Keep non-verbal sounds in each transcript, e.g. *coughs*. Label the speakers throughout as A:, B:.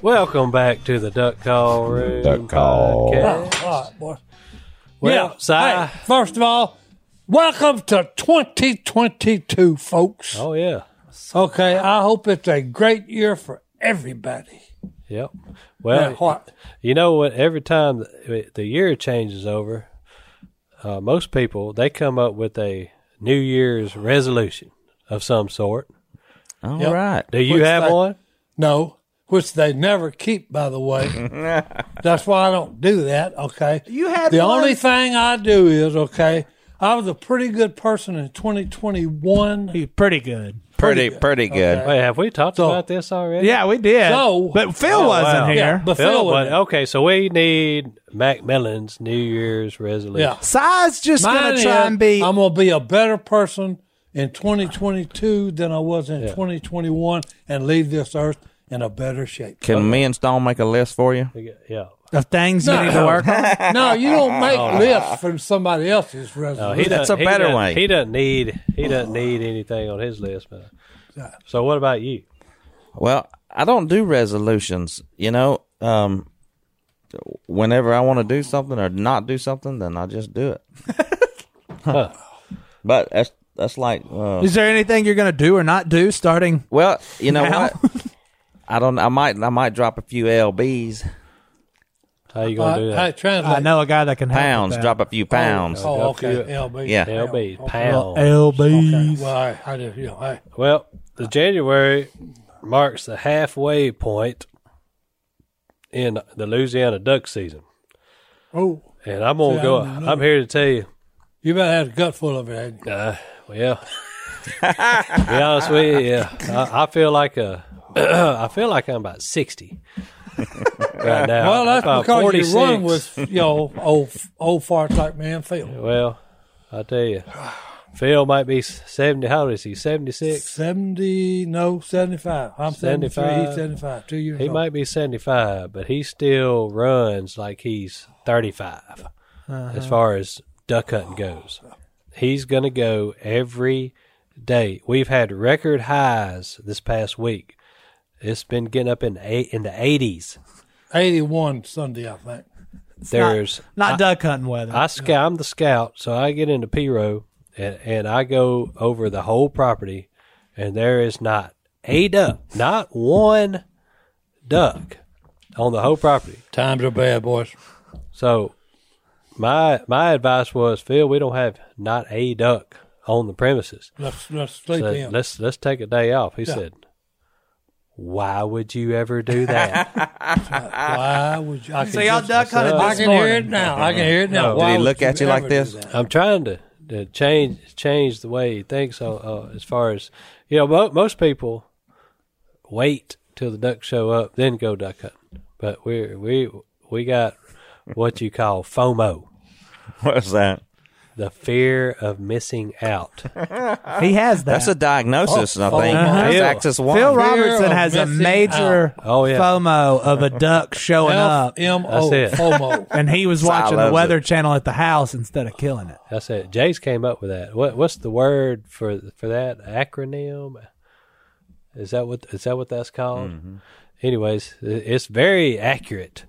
A: Welcome back to the Duck Call Room.
B: Duck Call.
A: Podcast.
C: Oh, all right, boy.
A: Well, Si.
C: hey, first of all, welcome to 2022, folks.
A: Oh, yeah.
C: Okay, I hope it's a great year for everybody.
A: Yep.
C: Now,
A: Well,
C: what?
A: you know what? Every time the, the year changes over, uh, most people, they come up with a New Year's resolution of some sort.
B: All right.
C: Yep.
A: Do you
C: What's
A: have
C: that?
A: one?
C: No, which they never keep, by the way. That's why I don't do that, okay?
B: You had
C: The
B: one?
C: only thing I do is, okay, I was a pretty good person in 2021.
D: He's pretty good.
B: Pretty, pretty good.
A: Wait, have we talked
C: So-
A: about this already?
D: Yeah, we did.
C: So-
D: but Phil
A: Oh,
D: wasn't
A: wow.
D: here.
C: Yeah, but
A: Phil, Oh,
C: Phil
A: but,
C: wasn't.
A: okay, so we need Macmillan's New Year's resolution.
C: Yeah.
D: Si's just
C: Mine
D: gonna
C: is,
D: try and be.
C: I'm gonna be a better person in 2022 than I was in 2021, and leave this earth in a better shape.
B: Can me and Stone make a list for you?
A: Yeah. yeah.
D: the things you need to work
C: *laughs*
D: on.
C: no, you don't make lists from somebody else's
A: No,
C: resolution.
A: he
B: That's
A: doesn't-
B: a
A: he
B: better
A: doesn't-
B: way.
A: He doesn't need he doesn't need anything on his list, man. So what about you?
B: Well, I don't do resolutions. You know, um, whenever I want to do something or not do something, then I just do
C: *laughs*
B: it. *laughs* But that's that's like, uh,
D: Is there anything you're gonna do or not do starting?
B: well, you know
D: Now?
B: what? I don't. I might. I might drop a few lbs,
A: How you
C: I,
A: gonna do
C: I
A: that?
C: translate.
D: I know a guy that can help with
B: pounds.
D: that.
B: Drop a few pounds.
C: Oh,
A: Got a few-
C: okay. LB.
B: Yeah.
A: LB
D: Well,
A: pound.
D: LBs.
C: Well, I, I just, you know, I,
A: Well, the January marks the halfway point in the Louisiana duck season,
C: oh,
A: and I'm gonna
C: See, I
A: go.
C: don't know.
A: I'm here to tell you.
C: you better have a gut full of it. hadn't you?
A: Uh, well, to be honest with you, yeah, I, I feel like a, *clears throat* I feel like I'm about sixty right now.
C: Well, that's
A: About
C: because you run
A: 46.
C: with you know old old farts like Manfield.
A: Well, I tell you, Phil might be seventy. How old is he? Seventy six.
C: Seventy, no, seventy-five. I'm seventy-three. He's
A: 75.
C: seventy-five. Two years.
A: He
C: old.
A: might be 75, but he still runs like he's 35 as far as duck hunting goes. He's going to go every day. We've had record highs this past week. It's been getting up in eight, in the 80s.
C: 81 Sunday, I think.
A: There's
D: Not duck hunting weather.
A: I sc- I'm the scout, so I get into P row and, and I go over the whole property, and there is not a duck, not one duck on the whole property.
C: Times are bad, boys.
A: So my my advice was, Phil, we don't have not a duck on the premises.
C: Let's let's sleep
A: So
C: in.
A: let's let's take a day off. He said, Why would you ever do that?
C: Why would you? I can,
D: so y'all
C: just-
D: duck hunted
C: I
D: this
C: can hear
D: morning.
C: it now. I can hear it now.
A: Did
C: Why
B: he
C: would
B: look at you like
C: ever do
B: this?
C: that?
A: I'm trying to, to change change the way he thinks. Uh, uh, as far as you know, mo- most people wait till the ducks show up, then go duck hunting. But we we we got what you call FOMO,
B: *laughs* What's that?
A: the fear of missing out.
D: He has that. Uh-huh.
B: That's a diagnosis, I think.
C: oh,
B: That's
A: Phil.
B: axis one.
D: Phil
C: of
D: Robertson has a
C: missing
D: major
A: Oh, yeah.
D: FOMO of a duck showing up,
C: FMO,
A: That's it.
C: FOMO.
D: and he was
B: I
D: watching the
B: loves
D: Weather Channel at the house instead of killing it.
A: That's it. Jay's came up with that. What what's the word for for that acronym? Is that what is that what that's called? Anyways, i- it's very accurate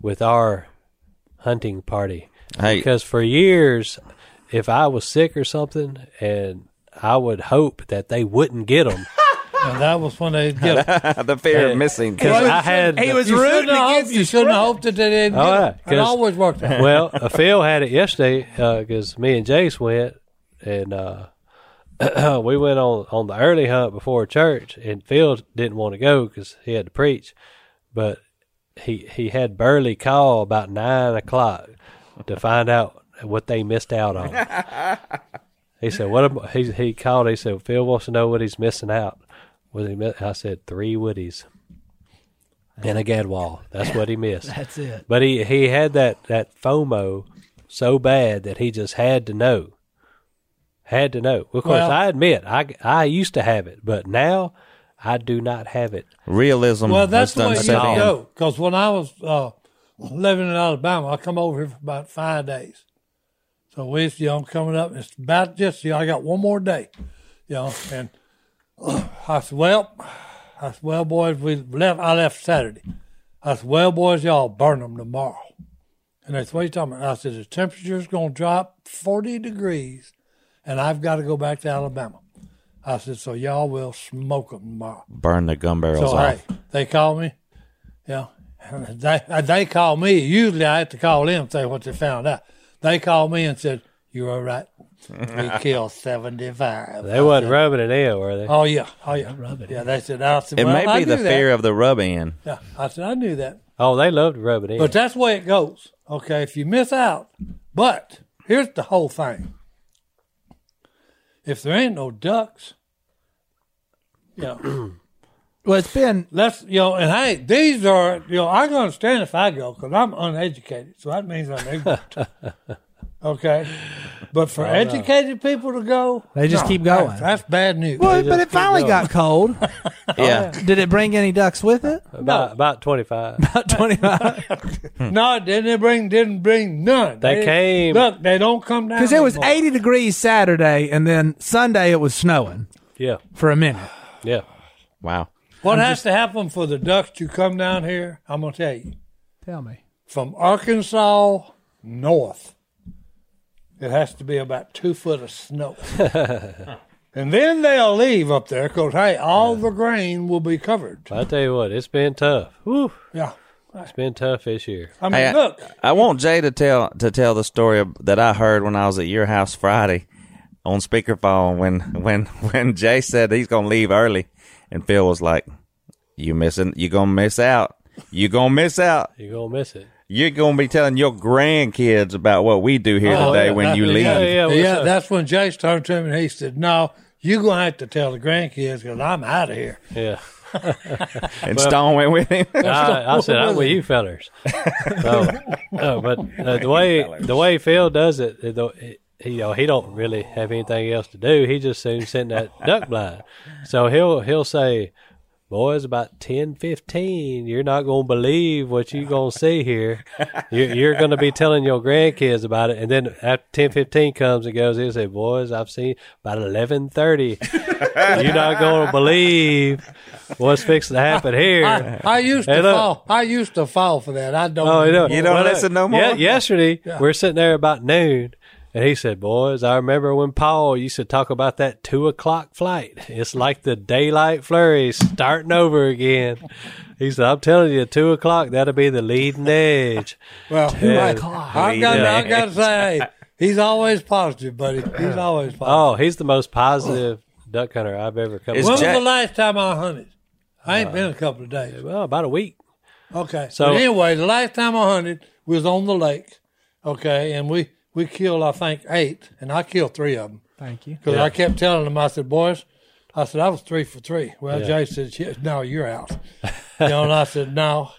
A: with our hunting party
B: Hey,
A: because for years, if I was sick or something, and I would hope that they wouldn't get them.
C: and that was when they get
B: *laughs*
C: it.
B: the fear of missing.
A: I
D: *laughs*
A: had
D: He was
C: You
D: rooting
C: shouldn't have
D: against
C: hoped, you shouldn't have hoped that they didn't
A: All
C: get
A: right,
C: it. It
A: 'cause-
C: always worked out.
A: well, uh, Phil had it yesterday because me and Jace went, and uh, *clears throat* we went on on the early hunt before church, and Phil didn't want to go because he had to preach, but he he had Burley call about nine o'clock to find out what they missed out on. he said, "What?" About, he he called. He said, "Phil wants to know what he's missing out." What he miss? I said, three woodies." And a gadwall. That's what he missed.
D: *laughs* That's it.
A: But he he had that that FOMO so bad that he just had to know, had to know. Of course,
C: Well-
A: I admit I I used to have it, but now I do not have it.
B: Realism.
C: Well,
B: has
C: that's the
B: done
C: way you
B: set in.
C: go. Because when I was uh, living in Alabama, I come over here for about five days. So we, you know, coming up, it's about this. You know, I got one more day, you know. And I said, well, I said, well, boys, we left. I left Saturday. I said, well, boys, y'all burn them tomorrow. And they said, what are you talking about? I said, the temperature's going to drop 40 degrees, and I've got to go back to Alabama. I said, so y'all will smoke them tomorrow.
B: Burn the gun barrels
C: So
B: off.
C: hey, they call me. Yeah, *laughs* they uh, they call me. Usually I have to call them and say what they found out. They called me and said, "You're all right.
B: *laughs*
C: We killed seventy five.
A: They wasn't rubbing it in, were they?
C: Oh yeah, oh yeah, yeah. They said, "I said
B: It
C: well,
B: may be
C: I
B: the
C: knew
B: fear of the rub
C: *laughs*
B: in.
C: That. Yeah, I said I knew that,
A: Oh, they love to rub it in.
C: but that's the way it goes. Okay, if you miss out, but here's the whole thing. If there ain't no ducks, you know.
D: Well, it's been
C: Let's you know, and hey, these are you know, I can understand if I go because I'm uneducated, so that means I'm
D: *laughs*
C: ignorant. okay, but for educated people to go,
D: Oh, They just keep
C: that's-
D: going.
C: That's bad news.
D: well, but it finally got cold.
C: Oh,
B: Yeah.
D: Did it bring any ducks with it?
A: about about twenty
C: *laughs*
A: five.
D: About *laughs* twenty five.
C: no, it didn't bring didn't bring none.
A: They came-
C: Look, they don't come down
D: Because it was
C: anymore.
D: eighty degrees Saturday, and then Sunday it was snowing
A: yeah,
D: for a minute.
A: yeah.
B: Wow.
C: What has to happen for the ducks to come down here? I'm gonna tell you.
D: Tell me.
C: From Arkansas north, it has to be about two foot
A: *laughs*
C: of snow. and then they'll leave up there because, hey, all the grain will be covered.
A: I tell you what, it's been tough. Whew,
C: Yeah.
A: it's been tough this year.
C: I mean,
B: Hey, I-
C: look,
B: I, want Jay to tell to tell the story of- that I heard when I was at your house Friday on speakerphone when when *laughs* when Jay said he's gonna leave early, and Phil was like, "You missing? You gonna miss out? You gonna miss out?
A: You're gonna miss it.
B: You're gonna be telling your grandkids about what we do here
A: Oh,
B: today
A: yeah,
B: when you
A: yeah,
B: leave."
A: yeah, yeah. what's
C: yeah,
A: up?
C: that's when Jace turned to him and he said, No, you're going to have to tell the grandkids because I'm out of here.
A: Yeah,
B: And Stone went with him. *laughs*
A: I, I said I'm with you fellers. So, no, but uh, the way the way Phil does it, it- the- it- he, you know, he don't really have anything else to do. He just soon sent that duck blind. So he'll he'll say. Boys, about 10, 15, you're not going to believe what you're going to see here. You're, you're going to be telling your grandkids about it. And then after 10, 15 comes and goes, he'll say, boys, I've seen about 1130. you're not going to believe what's fixing to happen here.
C: *laughs* I, I used
A: Hey,
C: to
A: look.
C: fall. I used to fall for that. I don't.
A: Oh, you know,
B: You don't
A: well,
B: listen no
A: look, ye-
B: more?
A: yesterday, we're sitting there about noon, and he said, "Boys, I remember when Paul used to talk about that two o'clock flight. It's like the daylight flurries starting over again." He said, "I'm telling you, two o'clock that'll be the leading edge."
C: Well, hey, I've got, I've got to say, hey, he's always positive, buddy. He's always positive.
A: Oh, he's the most positive duck hunter I've ever come.
B: Is
A: across.
C: When
B: Jack-
C: was the last time I hunted? I ain't been a couple of days.
A: well, about a week.
C: Okay.
A: So-
C: So anyway, the last time I hunted we was on the lake. Okay, and we we killed I think eight, and I killed three of them
D: Thank you.
C: because I kept telling them I said, boys, I said I was three for three. Well, Jay said, "Yeah, no, you're out. you know, and I said, no,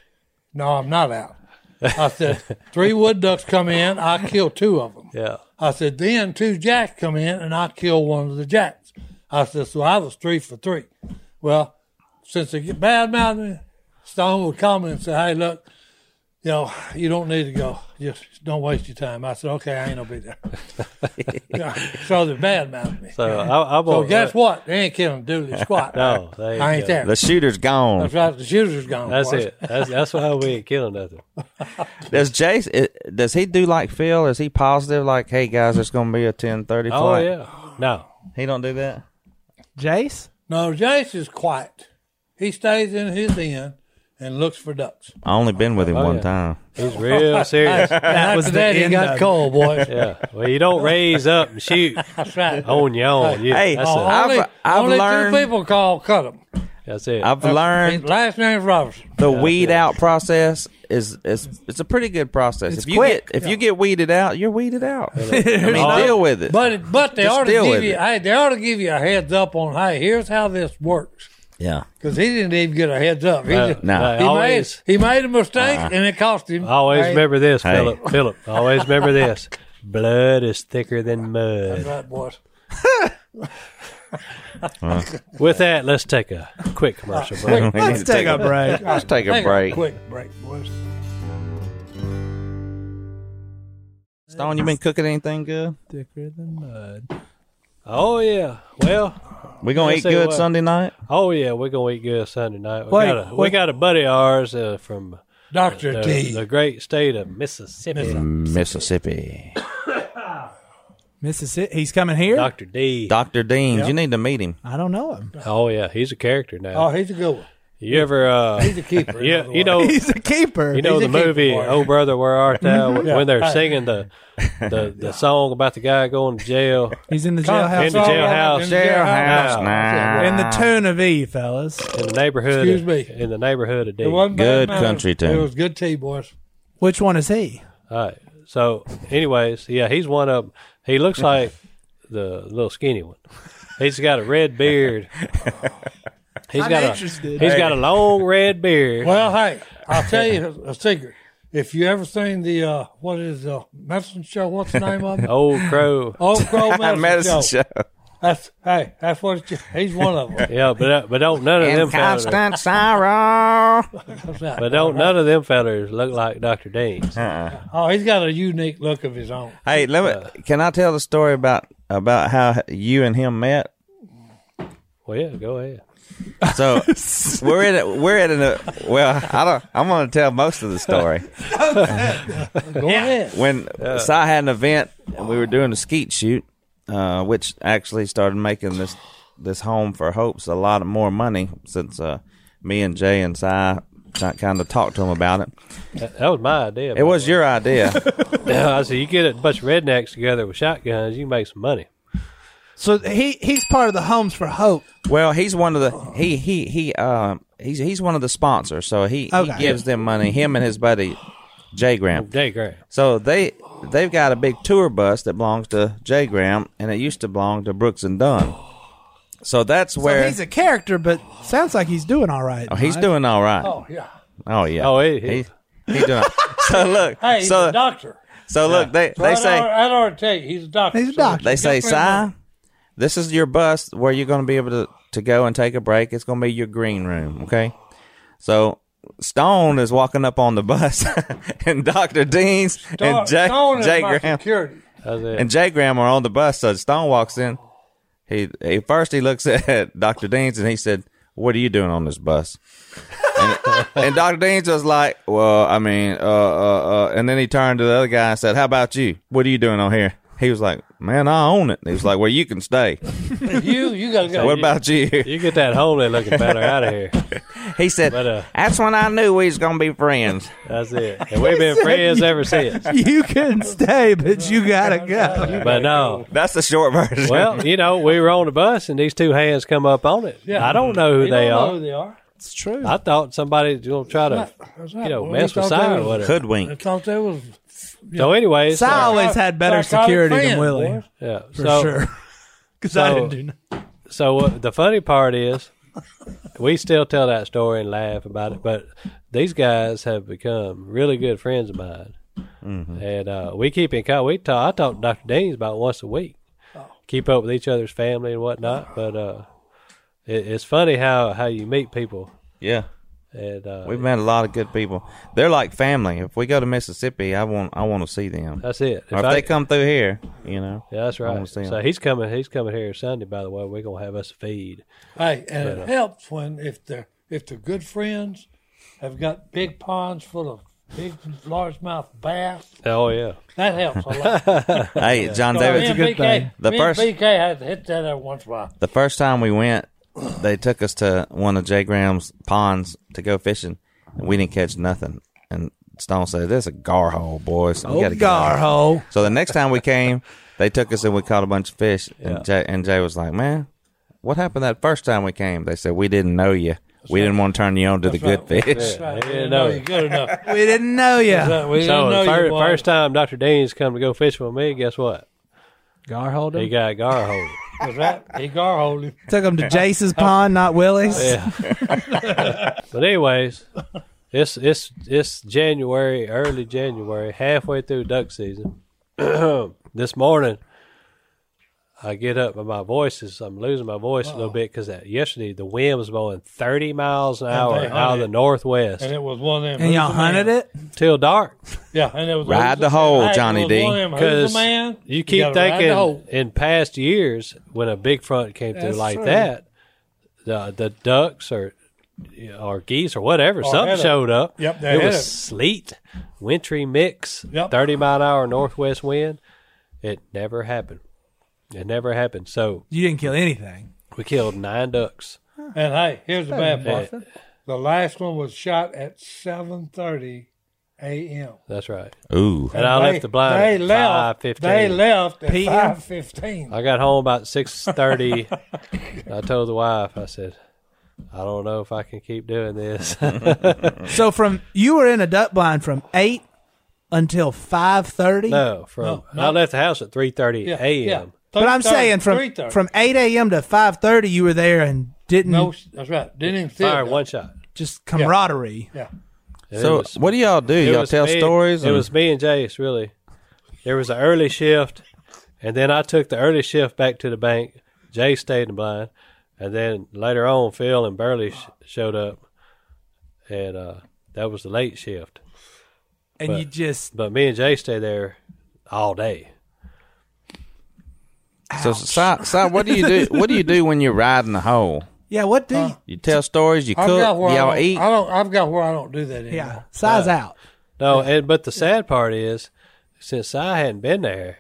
C: no, I'm not out. I said three wood ducks come in, I killed two of them.
A: Yeah,
C: I said, then two jacks come in and I kill one of the jacks. I said, so I was three for three. Well, since they get bad mouthing me, Stone would call me and say, hey, look, you know, you don't need to go. Just don't waste your time. I said, okay, I ain't gonna
A: *laughs*
C: be there. Yeah, so they bad mouthing me.
A: so I, I
C: So
A: won't.
C: guess what? They ain't killing
A: *laughs*
C: Dooley squat.
A: No, they
C: I ain't there.
B: The shooter's
C: *laughs*
B: gone.
C: That's right. The shooter's gone.
A: That's
C: boys.
A: it. That's, that's why we ain't killing nothing.
B: Does Jay? it- Does he do like Phil? Is he positive? Like, hey guys, there's gonna be a ten thirty
A: Oh
B: flight.
A: yeah, no.
B: He don't do that.
D: Jace.
C: No, Jace is quiet. He stays in his end and looks for ducks.
B: I only been with him one
A: yeah.
B: time.
A: He's real
B: *laughs*
A: serious.
D: That was
C: After
D: the
C: that, he
D: end
C: got
D: of it.
A: *laughs*
C: cold, boys.
A: Yeah. Well, you don't raise up and shoot
C: That's right.
A: on your own. Oh, Yeah,
B: Hey,
A: that's,
C: Oh,
A: it.
B: I've-
C: only
B: I've
C: only
B: learned-
C: two people call cut them.
A: that's it.
B: I've learned
C: Last name's Robertson.
B: the weed out process is is it's a pretty good process.
D: It's
B: if you
D: quick.
B: get if you get weeded out, you're weeded out. *laughs* I mean,
A: All-
B: deal with it.
C: But but they
B: Just
C: ought to
B: deal with
C: give you
B: it.
C: hey, they ought to give you a heads up on hey, here's how this works.
B: *laughs* yeah,
C: Because he didn't even get a heads up. He, just,
B: no.
A: I
C: he
A: Uh, always, Uh-huh.
C: made he made a mistake and it cost him.
A: I always
C: Hey,
A: remember this,
B: Hey.
A: Philip. Philip, I always remember this. Blood is thicker than mud.
C: That's right, boys.
A: With that, let's take a quick commercial break.
B: *laughs*
D: Let's take a break.
B: Let's take a
C: Take
B: break.
C: quick break, boys.
B: Stone, you been cooking anything good?
D: Thicker than mud.
A: Oh yeah. Well,
B: We gonna
A: Yes,
B: eat
A: they
B: good
A: were.
B: Sunday night?
A: oh yeah. We're gonna eat good Sunday night. We
D: Wait,
A: got a we
D: wait.
A: got a buddy of ours uh, from
C: Doctor
A: the,
C: T.
A: the great state of Mississippi.
B: Mississippi.
D: *laughs* Mississippi. He's coming here.
A: Doctor D.
B: Dr. Deans, you need to meet him.
D: I don't know him.
A: oh yeah, he's a character now.
C: oh, he's a good one.
A: you ever? Uh,
C: He's a keeper.
A: *laughs*
C: in
A: yeah,
C: other
A: you
C: words.
A: know.
D: *laughs* He's a keeper.
A: Oh. You know
C: He's
A: the
C: a keeper
A: movie
C: boy.
A: "Oh Brother, Where Art Thou?" when they're singing the the, the song about the guy going to jail.
D: He's in the
A: In the
D: jailhouse.
A: jailhouse.
C: In the jailhouse.
A: Jailhouse.
B: Nah.
D: In the tune of E, fellas.
A: in the neighborhood.
C: Excuse me.
A: In the neighborhood of D.
C: It wasn't bad
B: Good
C: manners.
B: country tune.
C: It was good tea, boys.
D: Which one is he?
A: All right. So, anyways, yeah, he's one of. 'em. He looks like the little skinny one. He's got a red beard. He's
D: I'm
A: got a
D: interested.
A: he's got a long red beard.
C: Well, hey, I'll tell you a secret. If you ever seen the uh, what is the medicine show? What's the
A: *laughs*
C: name of it?
A: Old crow.
C: Old Crow medicine,
B: Medicine
C: show.
B: show. *laughs*
C: That's hey, that's what it's, he's one
A: *laughs*
C: of them.
A: Yeah, but but don't none of them fellas.
B: sorrow.
A: But don't none of them fellas look like Doctor Dean's.
C: Oh, he's got a unique look of his own.
B: Hey, let me. Can I tell the story about about how you and him met?
A: Well, yeah, go ahead.
B: So *laughs* we're at a, we're at an uh, well. I don't. I'm going to tell most of the story.
C: Go ahead.
B: When so I had an event and we were doing a skeet shoot, uh, which actually started making this this home for hopes a lot of more money since uh, me and Jay and Si kind of talked to him about it.
A: That, that was my idea.
B: It was your idea.
A: *laughs* I said you get a bunch of rednecks together with shotguns, you can make some money.
D: So he he's part of the Homes for Hope.
B: Well, he's one of the he he he um he's he's one of the sponsors, so he,
D: Okay.
B: he gives them money. Him and his buddy Jay Graham.
A: Oh, Jay Graham.
B: So they they've got a big tour bus that belongs to Jay Graham, and it used to belong to Brooks and Dunn. So that's
D: So
B: where
D: he's a character, but sounds like he's doing all right.
B: oh, he's doing all right. Oh,
C: Oh yeah.
B: yeah.
A: Oh, he- he-
B: he doing. *laughs* so look,
C: Hey, he's
B: so
C: a doctor.
B: so look, they
C: I
B: they
C: don't-
B: say
C: I don't tell you, he's a doctor.
D: He's a
C: so
D: doctor.
B: they say,
C: Just bring him
B: "Si, this is your bus where you're going to be able to, to go and take a break. It's going to be your green room, okay?" So Stone is walking up on the bus, *laughs* and Doctor Dean's
C: Don-
B: and Jay,
C: Don is
B: Jay
C: my
B: Graham
C: Security.
A: I said,
B: and Jay Graham are on the bus. So Stone walks in. He, he first he looks *laughs* at Doctor Dean's and he said, "What are you doing on this bus?" and, *laughs* and Doctor Dean's was like, "Well, I mean," uh, uh, uh, and then he turned to the other guy and said, "How about you? What are you doing on here?" He was like, "Man, I own it." He was like, "Well, you
A: *laughs*
B: can stay.
C: You, you gotta go.
B: What about you?"
A: you get that homely looking fella out of here.
B: He said,
A: But, uh,
B: "That's when I knew we was gonna
A: *laughs*
B: be friends."
A: That's it. And we've been friends ever since.
D: *laughs* you can stay, but you gotta *laughs* go.
A: But no.
B: That's the short version.
A: Well, you know, we were on the bus and these two hands come up on it.
C: Yeah.
A: I don't know who
C: You
A: they
C: don't know
A: are.
C: who they are.
D: It's true.
A: I thought somebody was going to try to,
C: That's
A: you
C: right.
A: know,
C: Well,
A: mess
C: we
A: with
C: thought
A: Cy
C: they
A: or
C: was-
A: whatever.
B: *laughs*
C: I
B: hoodwink.
C: thought that was
A: So, anyways,
D: Si always
C: Psych-
D: had better
C: psychotic
D: security than
C: friend,
D: Willie,
C: boy.
A: yeah.
D: for
A: so,
D: sure. Because I
A: so-
D: didn't do nothing.
A: so uh, the funny part is, we still tell that story and laugh about it. But these guys have become really good friends of mine, and uh, we keep in contact. We talk. I talk to Doctor Dean's about once a week. Keep up with each other's family and whatnot. But uh, it, it's funny how how you meet people.
B: Yeah.
A: And uh,
B: We've met a lot of good people. They're like family. If we go to Mississippi, I want I want to see them.
A: that's it.
B: Or if
A: I-
B: they come through here,
A: *laughs*
B: you know.
A: yeah, that's right.
B: wanna see 'em.
A: So he's coming. He's coming here Sunday. By the way, we're gonna have us a feed.
C: Hey, and it helps when if they're if they're good friends, have got big ponds full of big largemouth bass.
A: Oh yeah.
C: That helps a lot.
B: Hey, John
C: So me
B: David,
C: and
D: good
C: BK,
D: thing.
B: The
C: me
B: first-
C: and BK had to hit that every once in a while.
B: the first time we went, they took us to one of Jay Graham's ponds to go fishing, and we didn't catch nothing. And Stone said, "This is a gar hole, boys. We
D: Oh,
B: gotta get out of here."
D: Garho.
B: So the next time we came, they took us and we caught a bunch of fish. And, Jay, and Jay was like, "Man, what happened that first time we came?" They said, "We didn't know you. we didn't want to turn you on to the good
C: right.
B: fish."
A: Yeah,
C: We
A: yeah,
C: didn't
A: no.
C: know you good enough.
D: We didn't know you.
C: So we
A: So
C: didn't know
A: the fir-
C: you boy.
A: first time Doctor Dean's come to go fishing with me, guess what?
D: Garho.
A: He got a gar hole.
C: was that he gar hold him.
D: Took him to Jace's pond, not Willie's.
A: *laughs* Yeah.
C: *laughs*
A: but anyways, it's it's it's January, early *clears throat* January, halfway through duck season. this morning, I get up and my voice is I'm losing my voice a little bit because yesterday the wind was blowing 30 miles an hour
C: they
A: out of the
C: hunted.
A: northwest
C: And it was one of them.
D: And y'all
C: who's the man?
D: hunted it?
A: till dark.
C: Yeah, and it was
B: Ride
C: who's
B: the hole,
C: man? Hey, it
B: Johnny
C: was
B: D.
C: one of them, who's
A: Because
C: the man?
A: you keep
C: gotta ride the
A: thinking
C: hole.
A: in past years when a big front came through
C: That's
A: like
C: true.
A: that, the the ducks or or geese or whatever something
C: had a-
A: showed up.
C: Yep, they
A: it
C: had
A: was
C: it.
A: sleet, wintry mix,
C: Yep.
A: thirty mile an hour northwest wind. It never happened. It never happened. So
D: You didn't kill anything.
A: we killed nine ducks.
C: And hey, here's the bad part:
A: nothing.
C: the last one was shot at 7:30 a.m.
A: That's right.
B: *laughs* Ooh.
A: And I left the blind
C: They
A: at
C: left.
A: 5:15.
C: They left at
D: PM?
C: 5:15.
A: I got home about six
C: *laughs*
A: thirty. I told the wife, I said, I don't know if I can keep doing this. *laughs*
D: So from you were in a duck blind from eight until five thirty.
A: No, from I left the house at three thirty
C: Yeah,
A: a.m.
C: yeah.
D: But I'm
C: 3:30,
D: saying from
C: 3:30.
D: from eight a.m. to five thirty, you were there and didn't
C: no, that's right. Didn't even see
A: Fired
C: it.
A: one shot.
D: just camaraderie.
C: Yeah,
A: And
B: So
A: it was-
B: what do y'all do?
A: it
B: Y'all
A: was
B: tell
A: me-
B: stories?
A: It
B: and-
A: was me and Jace really. There was an early shift, and then I took the early shift back to the bank. Jay stayed in blind, and then later on, Phil and Burley sh- showed up, and uh, that was the late shift.
D: And you just
A: But me and Jay stayed there all day.
B: so, si, si, what do you do? What do you do when you're riding the hole?
D: yeah. What do you,
B: You tell stories. You
C: I've
B: cook.
C: got where I
B: Y'all
C: don't-
B: eat.
C: I don't. I've got where I don't do that anymore.
D: yeah size out? *laughs*
A: No, and but the sad part is, since I hadn't been there,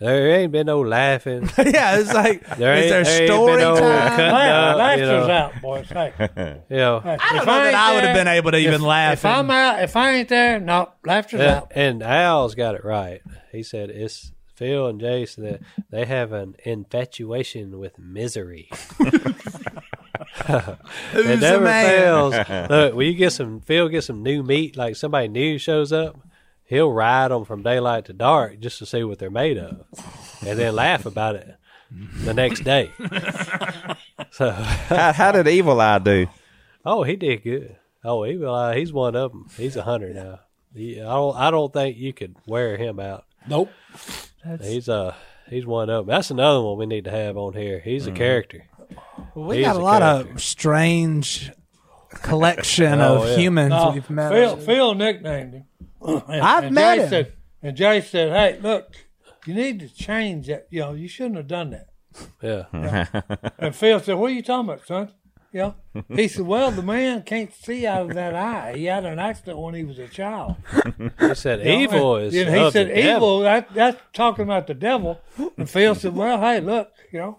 A: there ain't been no laughing.
D: yeah, it's like
A: *laughs* There ain't-
D: is there
A: there ain't
D: story
A: been *laughs* no
D: time?
A: *laughs* cut.
C: Laugh,
A: No,
C: laughter's
A: you know.
C: out, boys.
D: *laughs*
C: Hey,
A: You know,
D: I don't know that I would have been able to even laugh.
C: If I'm out, if I ain't there, no, laughter's
A: Yeah,
C: out.
A: and Al's got it right. He said it's Phil and Jason that they have an infatuation with misery.
D: Who's
A: It
D: the
A: never
D: man?
A: fails.
D: *laughs*
A: Look, when you get some Phil get some new meat, like somebody new shows up, he'll ride them from daylight to dark just to see what they're made of, and then laugh about it the next day. so,
B: How, how did Evil Eye do?
A: oh, he did good. Oh, he will. Uh, he's one of them. He's a hunter now. He, I don't. I don't think you could wear him out.
C: Nope.
A: He's uh he's one of 'em. That's another one we need to have on here. He's
C: Mm-hmm.
A: a character.
D: We
A: He's
D: got a
A: a
D: lot
A: character. *laughs*
D: of strange collection
A: Oh,
D: of
A: yeah.
D: humans
C: No,
D: we've met.
C: Uh, Phil, Phil nicknamed him. *clears throat* And-
D: I've
C: and
D: met
C: Jay
D: him.
C: Said, and Jay said, "Hey, look, you need to change that. You know, you shouldn't have done that."
A: Yeah.
C: Mm-hmm. And Phil said, "What are you talking about, son?" Yeah. He said, "Well, the man can't see out of that eye. He had an accident when he was a child."
A: He said evil is
C: And he
A: of
C: said,
A: the devil.
C: "Evil. That, that's talking about the devil." And Phil said, "Well, hey, look, you know."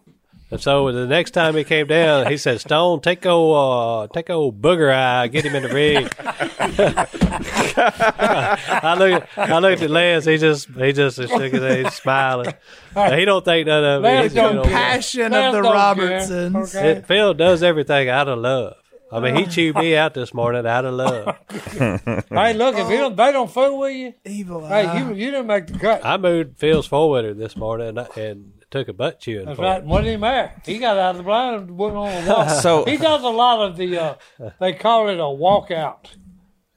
A: And so the next time he came down, he said, Stone, take old uh take old booger eye, get him in the rig. *laughs* I look I looked at Lance, he just he just shook his head he's
C: *laughs*
A: smiling. He don't think none of it. He
C: Lance
A: just, you
C: don't
A: know,
C: care.
D: Passion
C: Lance
D: of the
C: don't care,
D: Robertsons.
C: okay? Oh.
A: it- Phil does everything out of love. I mean, he chewed me out this morning out of
C: *laughs*
A: love.
C: Hey, look, if he don't, they don't fool with you,
D: Evil
C: hey,
D: eye.
C: you you didn't make the cut.
A: I moved Phil's forwarder this morning and, I, and took a butt chewing.
C: That's
A: for him.
C: right. Wasn't he there? He got out of the blind and went on
A: *laughs*
C: a walk.
B: So
C: he does a lot of the, uh, they call it a walkout.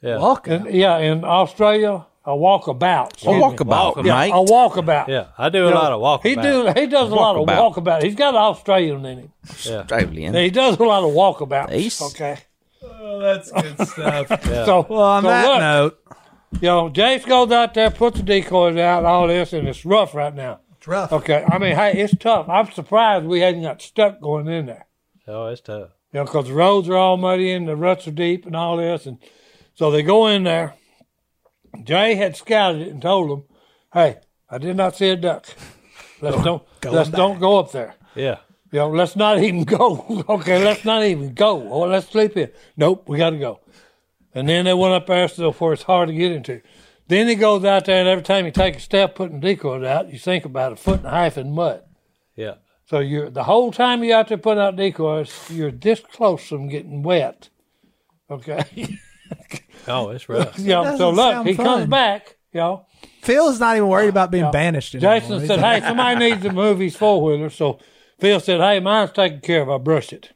A: Yeah.
C: In, yeah, in Australia, a walkabout.
B: a
C: excuse
A: Oh,
C: me.
B: walkabout,
C: Yeah,
B: mate.
C: a walkabout.
A: Yeah, I do a lot of walking.
C: He do. He does a lot of
B: Walkabout.
C: walkabout. He's got Australian in him.
B: Australian.
C: He does a lot of walkabout.
B: He's-
C: Okay.
D: Oh, that's
C: *laughs*
D: good stuff.
C: So
D: Well, on
C: so
D: that
C: look,
D: note,
C: you know, Jace goes out there, puts the decoys out, and all this, and it's rough right now.
D: it's rough.
C: Okay. I mean, hey, it's tough. I'm surprised we hadn't got stuck going in there.
A: Oh, it's tough.
C: you know, 'cause the roads are all muddy and the ruts are deep and all this. And so they go in there. Jay had scouted it and told them, "Hey, I did not see a duck. Let's don't let's don't go up there.
A: Yeah.
C: You know, let's not even *laughs* go. okay, let's not even go. Or let's sleep here. Nope, we got to go." And then they went up there so where it's hard to get into. Then he goes out there, and every time you take a step putting decoys out, you sink about a foot and a half in mud.
A: Yeah.
C: So you're the whole time you're out there putting out decoys, you're this close from getting wet. Okay. *laughs*
A: Oh, it's rough.
C: you know, so
D: doesn't
C: look,
D: sound
C: he
D: fun.
C: comes back, you know.
D: Phil's not even worried about being banished anymore.
C: Jason said, Hey, somebody needs to move his four wheeler. So Phil said, Hey, mine's taken care of, I brushed it.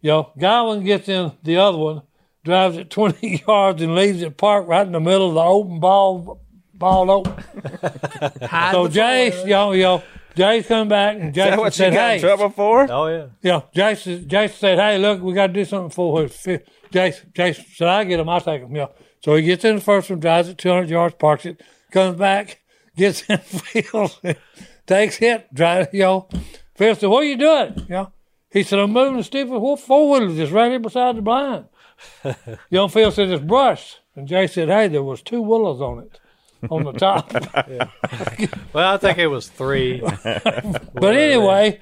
C: You know, guy one gets in the other one, drives it twenty *laughs* yards and leaves it parked right in the middle of the open ball ball open.
D: *laughs* Hide
C: So
D: the-
C: Jace, you know, you know, Jay's come back and
B: Is
C: Jason
B: that what you
C: said,
B: got
C: "Hey,
B: in trouble for?
A: Oh yeah.
C: yeah." Jason, Jason said, "Hey, look, we got to do something for her." Fi- Jason, Jason said, "I get him, I take him." Yeah. So he gets in the first one, drives it 200 yards, parks it, comes back, *laughs* gets in the field, *laughs* takes it, drives *laughs* it. You know, Phil said, "What are you doing?" Yeah. He said, "I'm moving the stupid four wheeler just right here beside the blind." Young Phil said, "It's brush," and Jay said, "Hey, there was two willows on it." on the top,
A: Well, I think it was three.
C: But anyway,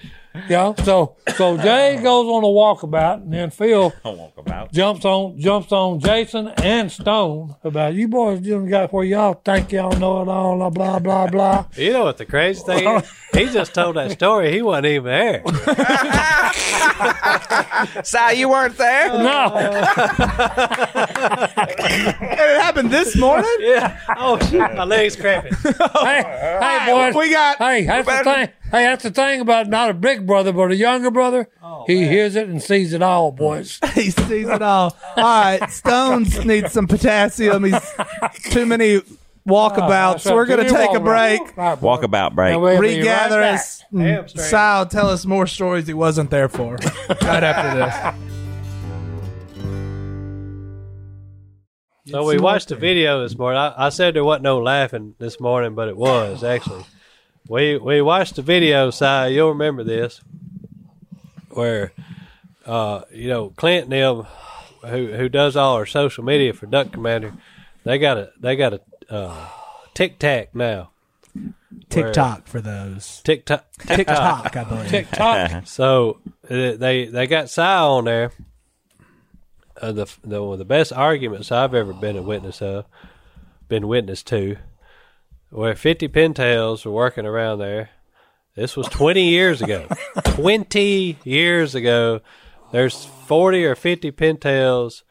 C: yeah. So so Jay goes on a walkabout, and then Phil
B: Don't walk about.
C: jumps on jumps on Jason and Stone about you boys done got where y'all think y'all know it all, blah blah blah blah.
A: You know what the crazy thing
C: *laughs*
A: is? He just told that story. He wasn't even there.
B: Sal, you weren't there.
C: No,
D: it happened this morning.
A: *laughs* Yeah. Oh shit, my legs cramping.
C: hey, hey boys,
D: we got-
C: Hey, that's the
B: better-
C: thing. Hey, that's the thing about not a big brother, but a younger brother. he hears it and sees it all, boys.
D: *laughs* he sees it all. All right,
A: *laughs*
D: Stones needs some potassium. He's too many walkabouts.
C: So
D: We're gonna take a break,
B: Walk about break.
D: regather us. Mm.
A: Hamstring.
D: Sal, tell us more stories he wasn't
A: *laughs*
D: there for. right after this.
A: So we watched the video this morning. I, I said there wasn't no laughing this morning, but it was actually. We we watched the video, Si. You'll remember this, where uh, you know Clint and them, who who does all our social media for Duck Commander, they got a they got a uh, tic tac now.
D: TikTok for those.
A: TikTok. TikTok.
D: TikTok, I believe.
C: TikTok.
A: so uh, they they got Si on there. Uh, the the one of the best arguments I've ever been a witness of, been witness to, where fifty pintails were working around there. This was twenty years ago. twenty years ago, there's forty or fifty pintails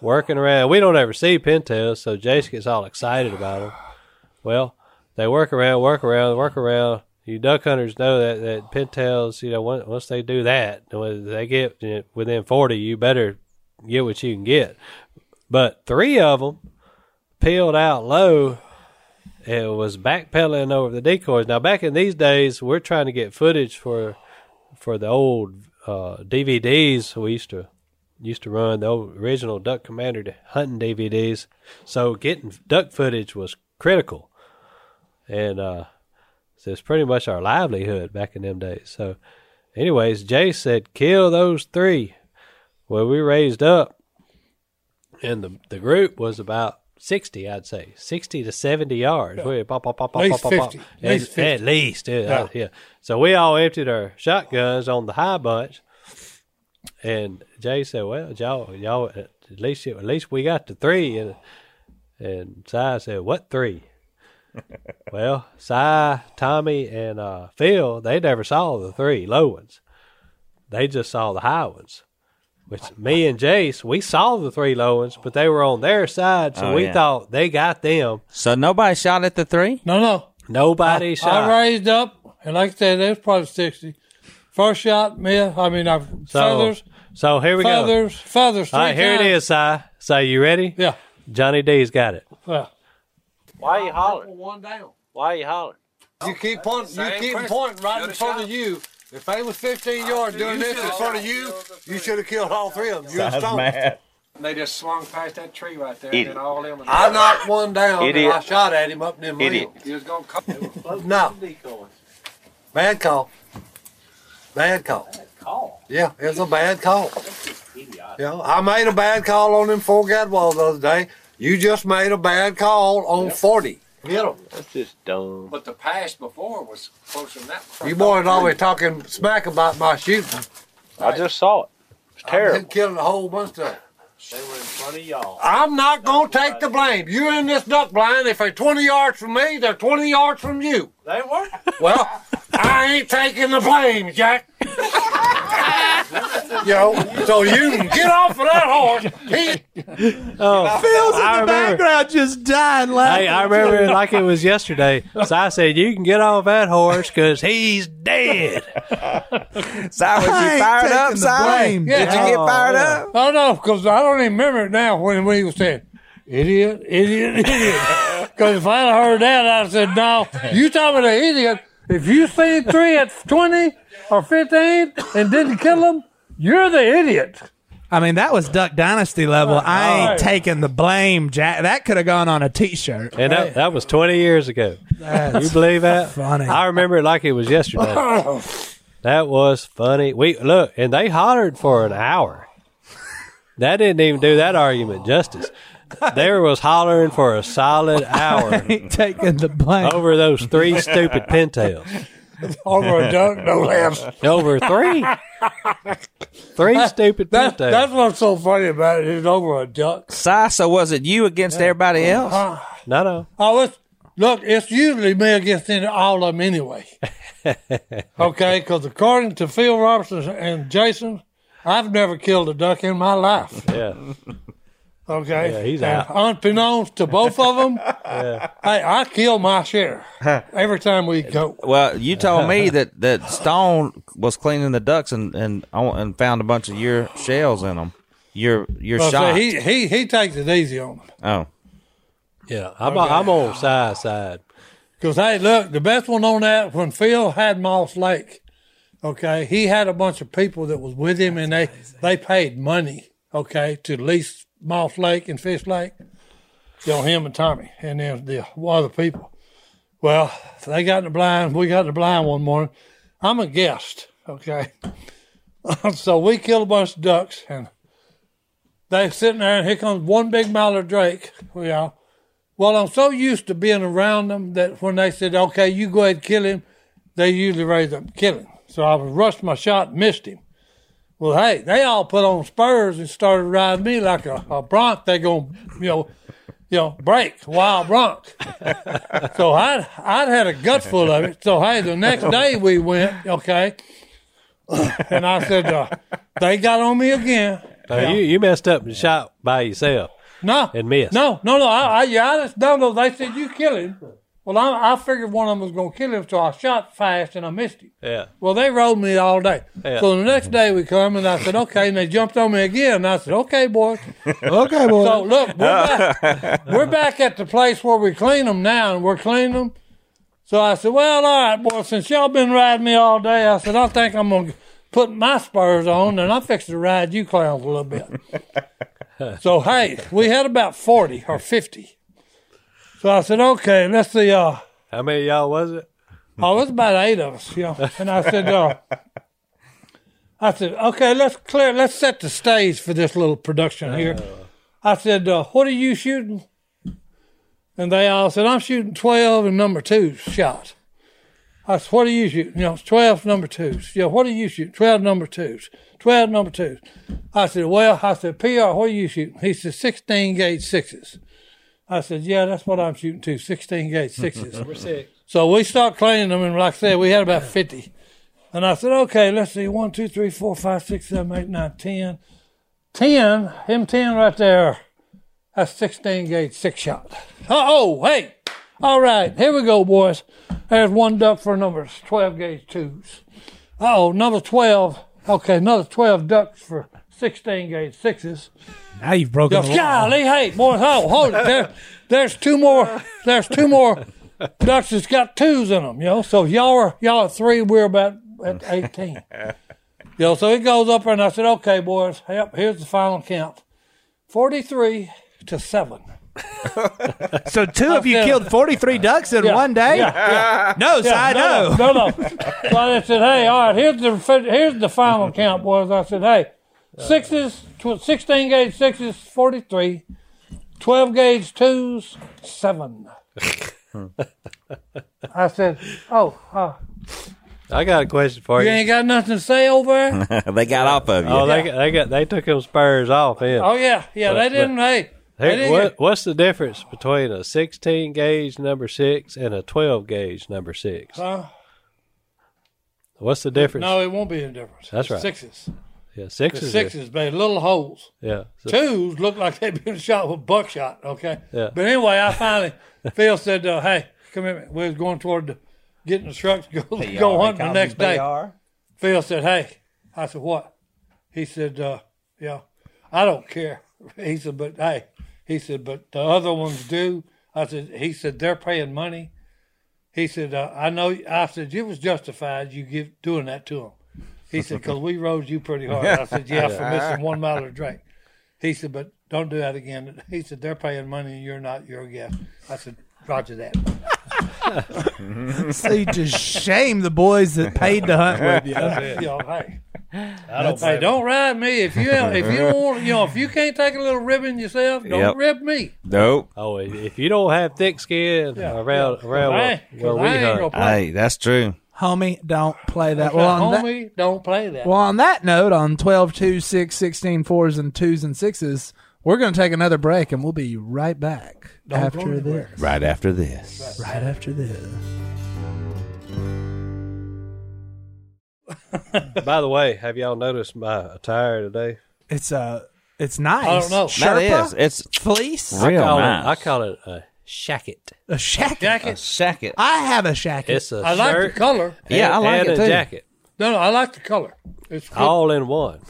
A: working around. We don't ever see pintails, so Jace gets all excited about them. Well, they work around, work around, work around. You duck hunters know that that pintails, you know, once, once they do that, when they get you know, within forty, you better get what you can get. But three of them peeled out low and was backpedaling over the decoys. Now, back in these days, we're trying to get footage for for the old uh, DVDs we used to used to run the old original Duck Commander hunting DVDs. So getting duck footage was critical, and uh, so it's pretty much our livelihood back in them days. So, anyways, Jay said, "Kill those three. Well, we raised up, and the the group was about. 60, I'd say 60 to 70 yards. We pop, pop, pop, pop,
C: At least
A: pop, pop,
C: 50.
A: pop.
C: At least
A: At-
C: 50.
A: at least, yeah,
C: Yeah.
A: yeah. So we all emptied our shotguns on the high bunch, and Jay said, "Well, y'all, y'all, at least, at least we got the three. And and Si said, "What three? well, Si, Tommy, and uh, Phil, they never saw the three low ones. They just saw the high ones. Which me and Jace, we saw the three low ones, but they were on their side, so
B: Oh,
A: we
B: yeah.
A: thought they got them.
B: So nobody shot at the three.
C: No, no.
A: Nobody shot.
C: I raised up, and like I said, it was probably 60. First shot, Mia. I mean, I,
A: So,
C: feathers,
A: so here we go.
C: feathers, feathers.
A: All right,
C: three
A: here it is,
C: times.
A: Si. So you ready?
C: Yeah.
A: Johnny D's got it.
C: yeah.
A: Why are you hollering?
C: One down.
A: Why are you hollering?
E: You keep pointing, you keep pointing right in front of you. If they was 15 yards doing this in front of you, you should have killed all three of them. You and Stone.
F: They just swung past that tree right there, and then all them. And
E: I knocked one down and I
F: Idiot.
E: shot at him up in them Idiot.
F: He was gonna cut.
E: No, bad call. Bad call.
F: Call.
E: Yeah, it was a bad call. Yeah, I made a bad call on them four gadwalls the other day. You just made a bad call on 40. Get 'em.
F: But the pass before was closer than that. one.
E: You boys always talking smack about my shooting.
G: I just saw it. It's
E: I've
G: terrible.
E: been killing a whole bunch of them.
F: They were in front of y'all.
E: I'm not gonna take the blame. You're in this duck blind. If they're 20 yards from me, they're 20 yards from you.
F: They were.
E: Well, I ain't taking the
C: *laughs*
E: blame, Jack. you know, so you can get off of that horse. He,
D: Phil's in
A: I
D: the
A: remember.
D: background just dying laughing.
A: Oh, Hey, I remember it like it was yesterday. So I said, "You can get off that horse because he's
C: *laughs*
A: dead."
B: Sal, was
D: I
B: you
D: ain't
B: fired
D: taking
B: up,
D: the
B: Sal?
D: blame.
B: Did you get fired up?
C: Oh, no, because I don't even remember it now when, when he was saying, *laughs* idiot, idiot, idiot. Because if I'd have heard that, I'd have said, no, you talking to an idiot. If you see three at 20 or 15 and didn't kill them, you're the idiot.
D: I mean, that was Duck Dynasty level.
A: Oh,
D: I ain't taking the blame, Jack. That could have gone on a T-shirt.
A: And that, that was 20 years ago. you believe that?
D: funny.
A: I remember it like it was
C: *laughs*
A: yesterday. that was funny. We look, and they hollered for an hour. That didn't even do that argument justice. There was hollering for a solid hour
D: ain't *laughs* taking the blame.
C: Oh.
A: over those three stupid pintails.
C: Over a duck,
A: *laughs*
C: no less.
A: Over three, three stupid
C: That's, that's
A: pintails.
C: what's so funny about it. It's over a duck.
B: Si, so was it you against everybody else?
C: Uh-huh.
A: No, no.
C: Oh, it's, look, it's usually me against any, all of
A: *laughs*
C: them anyway. okay, because according to Phil Robertson and Jason, I've never killed a duck in my life.
A: Yeah.
C: Okay,
A: Yeah, he's
C: And
A: out.
C: Unbeknownst to both of them, hey, I kill my share every time we go.
B: Well, you told me that, that Stone was cleaning the ducks and and and found a bunch of your shells in them. Your your
C: Oh, So
B: shot.
C: he he he takes it easy on them.
B: oh, *laughs*
A: Yeah. I'm, I'm on side side.
C: Because, hey, look, the best one on that, when Phil had Moss Lake, okay, he had a bunch of people that was with him and they, they paid money, okay, to lease Moss Lake and Fish Lake. You know, him and Tommy and then the other people. Well, they got in the blind. We got in the blind one morning. I'm a guest, okay? *laughs* so we killed a bunch of ducks and they sitting there and here comes one big mallard drake, you know. Well, I'm so used to being around them that when they said, okay, you go ahead and kill him, they usually raise up and kill him. So I rushed my shot and missed him. Well, hey, they all put on spurs and started riding me like a, a bronc. They going, you know, you know, break wild bronc. *laughs* so I'd I'd had a gutful of it. So hey, the next day we went, okay, *coughs* and I said uh, they got on me again.
A: Uh, You you messed up and shot by yourself.
C: No.
A: And missed.
C: No, no, no. I, I, yeah, I just, no, no. They said, you kill him. Well, I, I figured one of them was going to kill him, so I shot fast and I missed him.
A: Yeah.
C: Well, they rode me all day.
A: Yeah.
C: So the next day we come and I said, okay, and they jumped on me again. And I said, okay, boys.
D: *laughs* okay, boy.
C: So look, we're back, we're back at the place where we clean them now, and we're cleaning them. So I said, well, all right, boys, since y'all been riding me all day, I said, I think I'm going to put my spurs on, and I'm fixing to ride you clowns a little bit. so, hey, we had about 40 or 50. So I said, okay, let's see. Uh,
A: How many of y'all was it?
C: Oh, it's about eight of us, you know. And I said, uh, I said, okay, let's clear, let's set the stage for this little production here. I said, uh, what are you shooting? And they all said, I'm shooting 12 and number two shot. I said, what are you shooting? You know, it's 12 number twos. Yeah, what are you shooting? 12 number twos. 12 number twos. I said, well, I said, PR, what are you shooting? He said, 16 gauge sixes. I said, yeah, that's what I'm shooting too, 16 gauge sixes.
A: Six.
C: So we start cleaning them, and like I said, we had about 50. And I said, okay, let's see, one, two, three, four, five, six, seven, eight, nine, ten, ten. him 10 right there, that's 16 gauge six shot. Uh-oh, hey, all right, here we go, boys. There's one duck for number 12 gauge twos. Uh-oh, another 12, okay, another 12 ducks for 16 gauge sixes.
D: now you've broken the law.
C: Golly, hey, boy, hold, hold it. There, there's two more. There's two more ducks that's got twos in them. You know, so y'all are y'all are three. We're about at eighteen. you know, so it goes up there, and I said, "Okay, boys, yep, here's the final count: forty-three to seven.
D: So two of you
C: said-
D: killed forty-three ducks in
C: Yeah,
D: one day.
C: yeah, yeah.
D: No, so I know.
C: No, no.
D: *laughs*
C: no. so I said, "Hey, all right, here's the fi- here's the final count, boys." I said, "Hey, sixes, tw- sixteen gauge sixes, forty-three, twelve gauge twos,
A: *laughs*
C: seven. I said, "Oh, uh,
A: I got a question for
C: you
A: you.
C: ain't got nothing to say over
A: *laughs*
C: there?"
B: they got off of you.
A: oh, they got, they got they took them spurs off. Yeah.
C: oh yeah, yeah. They didn't. Hey, they
A: Hey,
C: didn't.
A: what, what's the difference between a 16 gauge number six and a 12 gauge number six?
C: Huh?
A: What's the difference?
C: no, it won't be any difference.
A: That's right.
C: Sixes,
A: yeah, six is six.
C: sixes, baby, little holes.
A: Yeah, so-
C: twos looked like they'd been shot with buckshot. Okay.
A: Yeah.
C: But anyway,
A: *laughs*
C: I finally Phil said, uh, "Hey, come here." We was going toward the, getting the trucks to go go hunt the next day. Phil said, "Hey," I said, "What?" He said, uh, "Yeah, I don't care." *laughs* He said, "But hey," he said, "But the other ones do." I said, "He said they're paying money." He said, uh, "I know." I said, "You was justified. You give doing that to him." He said, "Cause we rode you pretty hard."
A: *laughs*
C: I said, "Yeah, for missing one mile of drink." He said, "But don't do that again." *laughs* He said, "They're paying money, and you're not. You're a guest." I said, "Roger that." *laughs*
D: See, just shame the boys that paid to hunt
C: *laughs*
D: with you.
C: You know, hey, don't hey, don't ride me if you if you don't want you know if you can't take a little ribbon yourself, don't
B: Yep.
C: rib me.
B: Nope.
A: Oh, if- if you don't have thick skin
C: Yeah.
A: around around
C: I ain't-
A: where, where
C: 'cause
A: we uh,
C: I ain't
A: hunt,
C: gonna play.
B: Hey, that's true.
D: Homie, don't play that. Well, on that,
C: homie, don't play that.
D: well, on that note, on 12, 2, 6, 16, 4s, and 2s and 6s, we're going to take another break and we'll be right back
C: Don't go
D: after
C: anywhere.
D: this.
B: Right after this.
D: Right after this.
A: By the way, have y'all noticed my attire today?
D: It's uh, it's nice.
C: I don't know.
D: Sherpa?
B: That is. It's
D: Fleece?
B: real
A: I call
B: nice.
A: it, I call it a shacket.
D: A shacket.
B: a
C: Jacket.
B: shacket.
D: I have a shacket.
A: It's a
C: I like
A: shirt
C: the color.
B: Yeah, I like
A: and
B: it
A: a
B: too.
A: jacket,
C: No, no, I like the color. It's good.
A: all in one.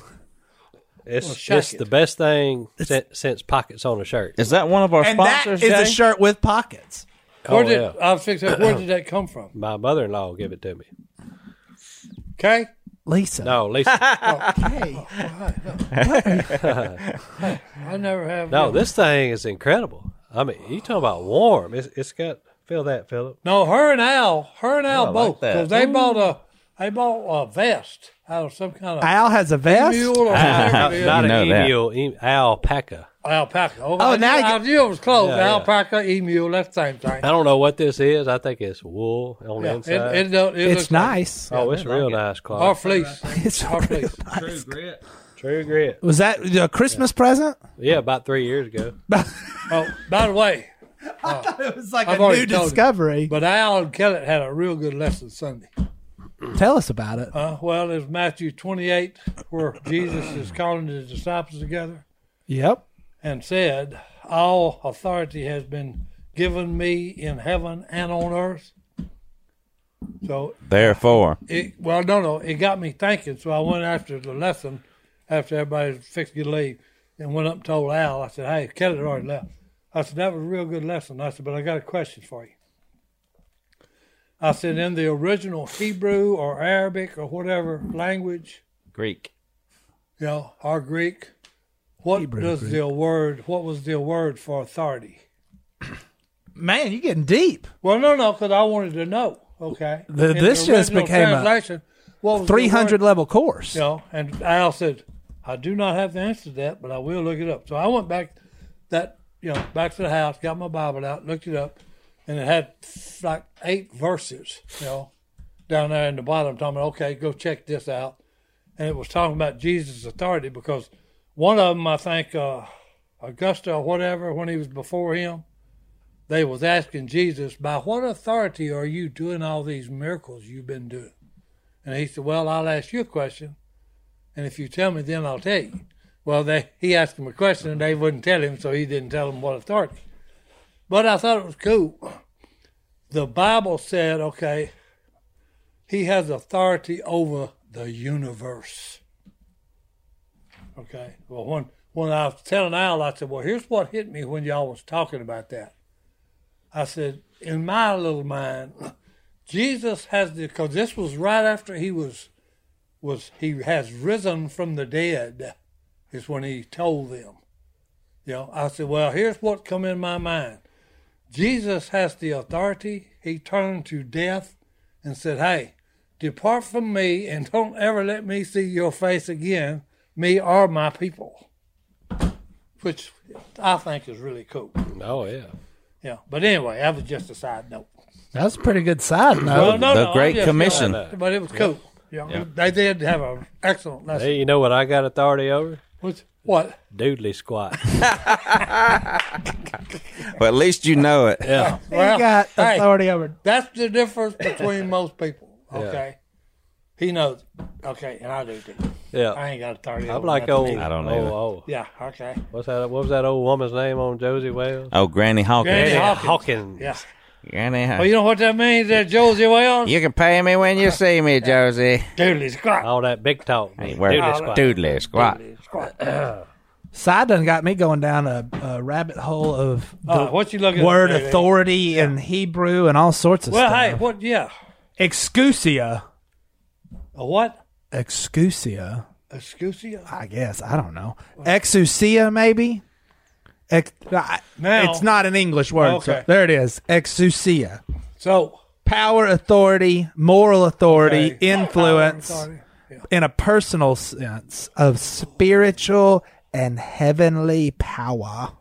A: It's
C: shacket.
A: it's the best thing since, since pockets on a shirt.
B: Is that one of our
D: and that
B: sponsors?
D: is a
B: Jay?
D: shirt with pockets.
A: Oh,
C: Where did
A: yeah.
C: I'll fix that? Where
A: *laughs*
C: did that come from?
A: My mother in law gave it to me.
C: Okay,
D: Lisa.
A: No, Lisa.
D: Hey.
C: I never have. *laughs*
A: no, this thing is incredible. I mean, you talking about warm? It's, it's got feel that Philip.
C: no, her and Al, her
A: Oh,
C: and
B: I
C: Al
B: like
C: both,
B: that.
C: because they bought a they bought a vest out of some kind of
D: Al has a vest.
C: mule or
A: Not,
C: whatever it is.
A: not
B: You know
A: an
B: that.
A: emu, em- alpaca.
C: alpaca. Oh, I,
D: now
C: now
D: you
C: I,
D: get-
C: knew it was close.
A: Yeah, yeah.
C: Alpaca, emu, that's the same thing.
A: I don't know what this is. I think it's wool on the
C: Yeah, it,
A: inside.
C: it, don't- it
D: It's
C: looks like- oh,
D: nice.
A: oh, it's real nice,
C: Or
A: Clark.
C: fleece.
D: It's
C: Or
D: real
C: *laughs* fleece.
D: nice.
A: True grit.
D: Was that a Christmas present?
A: Yeah, about three years ago.
C: Oh, by the way,
D: *laughs* It was like
C: I've
D: a
C: already
D: new
C: told you.
D: discovery.
C: but Al and Kellett had a real good lesson Sunday.
D: Tell us about it.
C: Uh, well, it's Matthew 28, where Jesus is calling his disciples together
D: Yep.
C: and said, All authority has been given me in heaven and on earth. So,
B: Therefore,
C: it, well, no, no, it got me thinking. So I went after the lesson, after everybody was fixing to leave, and went up and told Al, I said, Hey, Kelly had already left. I said, That was a real good lesson. I said, But I got a question for you. I said, In the original Hebrew or Arabic or whatever language,
B: Greek.
C: you know, our Greek. What
D: Hebrew,
C: does
D: Greek.
C: the word? What was the word for authority?
D: Man, you're getting deep.
C: Well, no, no, because I wanted to know. Okay,
D: The-
C: In
D: this just
C: original
D: became a
C: translation. What was the
D: 300
C: word?
D: level course.
C: You know, and Al said, "I do not have the answer to that, but I will look it up." So I went back, that you know, back to the house, got my Bible out, looked it up, and it had like eight verses. You know, down there in the bottom, talking about, okay, go check this out. And it was talking about Jesus' authority because one of them, I think, uh, Augusta or whatever, when he was before him, they was asking Jesus, by what authority are you doing all these miracles you've been doing? And he said, well, I'll ask you a question. And if you tell me, then I'll tell you. Well, they, he asked them a question and they wouldn't tell him, so he didn't tell them what authority. But I thought it was cool. The Bible said, okay, he has authority over the universe. Okay. Well, when when I was telling Al, I said, "Well, here's what hit me when y'all was talking about that." I said, "In my little mind, Jesus has the because this was right after he was was he has risen from the dead, is when he told them." You know, I said, "Well, here's what come in my mind. Jesus has the authority. He turned to death and said, Hey, depart from me and don't ever let me see your face again, me or my people. Which I think is really cool.
A: Oh yeah.
C: Yeah. But anyway, that was just a side note.
D: That was a pretty good side
C: Well,
D: note.
C: no,
B: the
C: no,
B: Great
C: I'm just-
B: Commission.
C: But it was cool. Yeah. They did have an excellent lesson.
A: Hey, you know what I got authority over?
C: What's- What?
A: Doodly squat.
B: But at least you know it.
A: Yeah.
D: he got
C: hey,
D: authority over.
C: That's the difference
D: *laughs*
C: between most people. Okay. He knows. Okay. And I do too. I
A: Yeah.
C: ain't got authority.
A: I'm
C: over
A: like
C: nothing
A: old.
C: either.
B: I don't
A: old,
B: either.
A: old-
C: Yeah. Okay.
A: What's that? What was that old woman's name on Josie Wales?
B: Oh, Granny Hawkins.
C: Granny
A: Annie
C: Hawkins.
A: Hawkins. *laughs*
C: Yeah.
B: Granny Haw-
C: Well, you know what that means, that Josie Wells?
B: You can pay me when you see me, Josie.
C: Doodly squat.
A: Oh. All that big talk.
B: Ain't
A: Doodly
B: worth it.
A: squat.
B: Doodly squat.
C: Doodly squat.
D: Side done got me going down a, a rabbit hole of the
C: Uh, what you looking at,
D: word
C: baby?
D: authority and Hebrew and all sorts of
C: Well,
D: stuff.
C: hey, what? Yeah,
D: Excusia.
C: a what?
D: Excusia.
C: Excusia.
D: I guess. I don't know. Exousia, maybe? Ex- I-
C: Now-
D: it's not an English word. so-
C: Okay.
D: there it is. Exousia.
C: So
D: Power, authority, moral authority,
C: Okay.
D: influence
C: Authority,
D: in a personal sense of spiritual and heavenly power.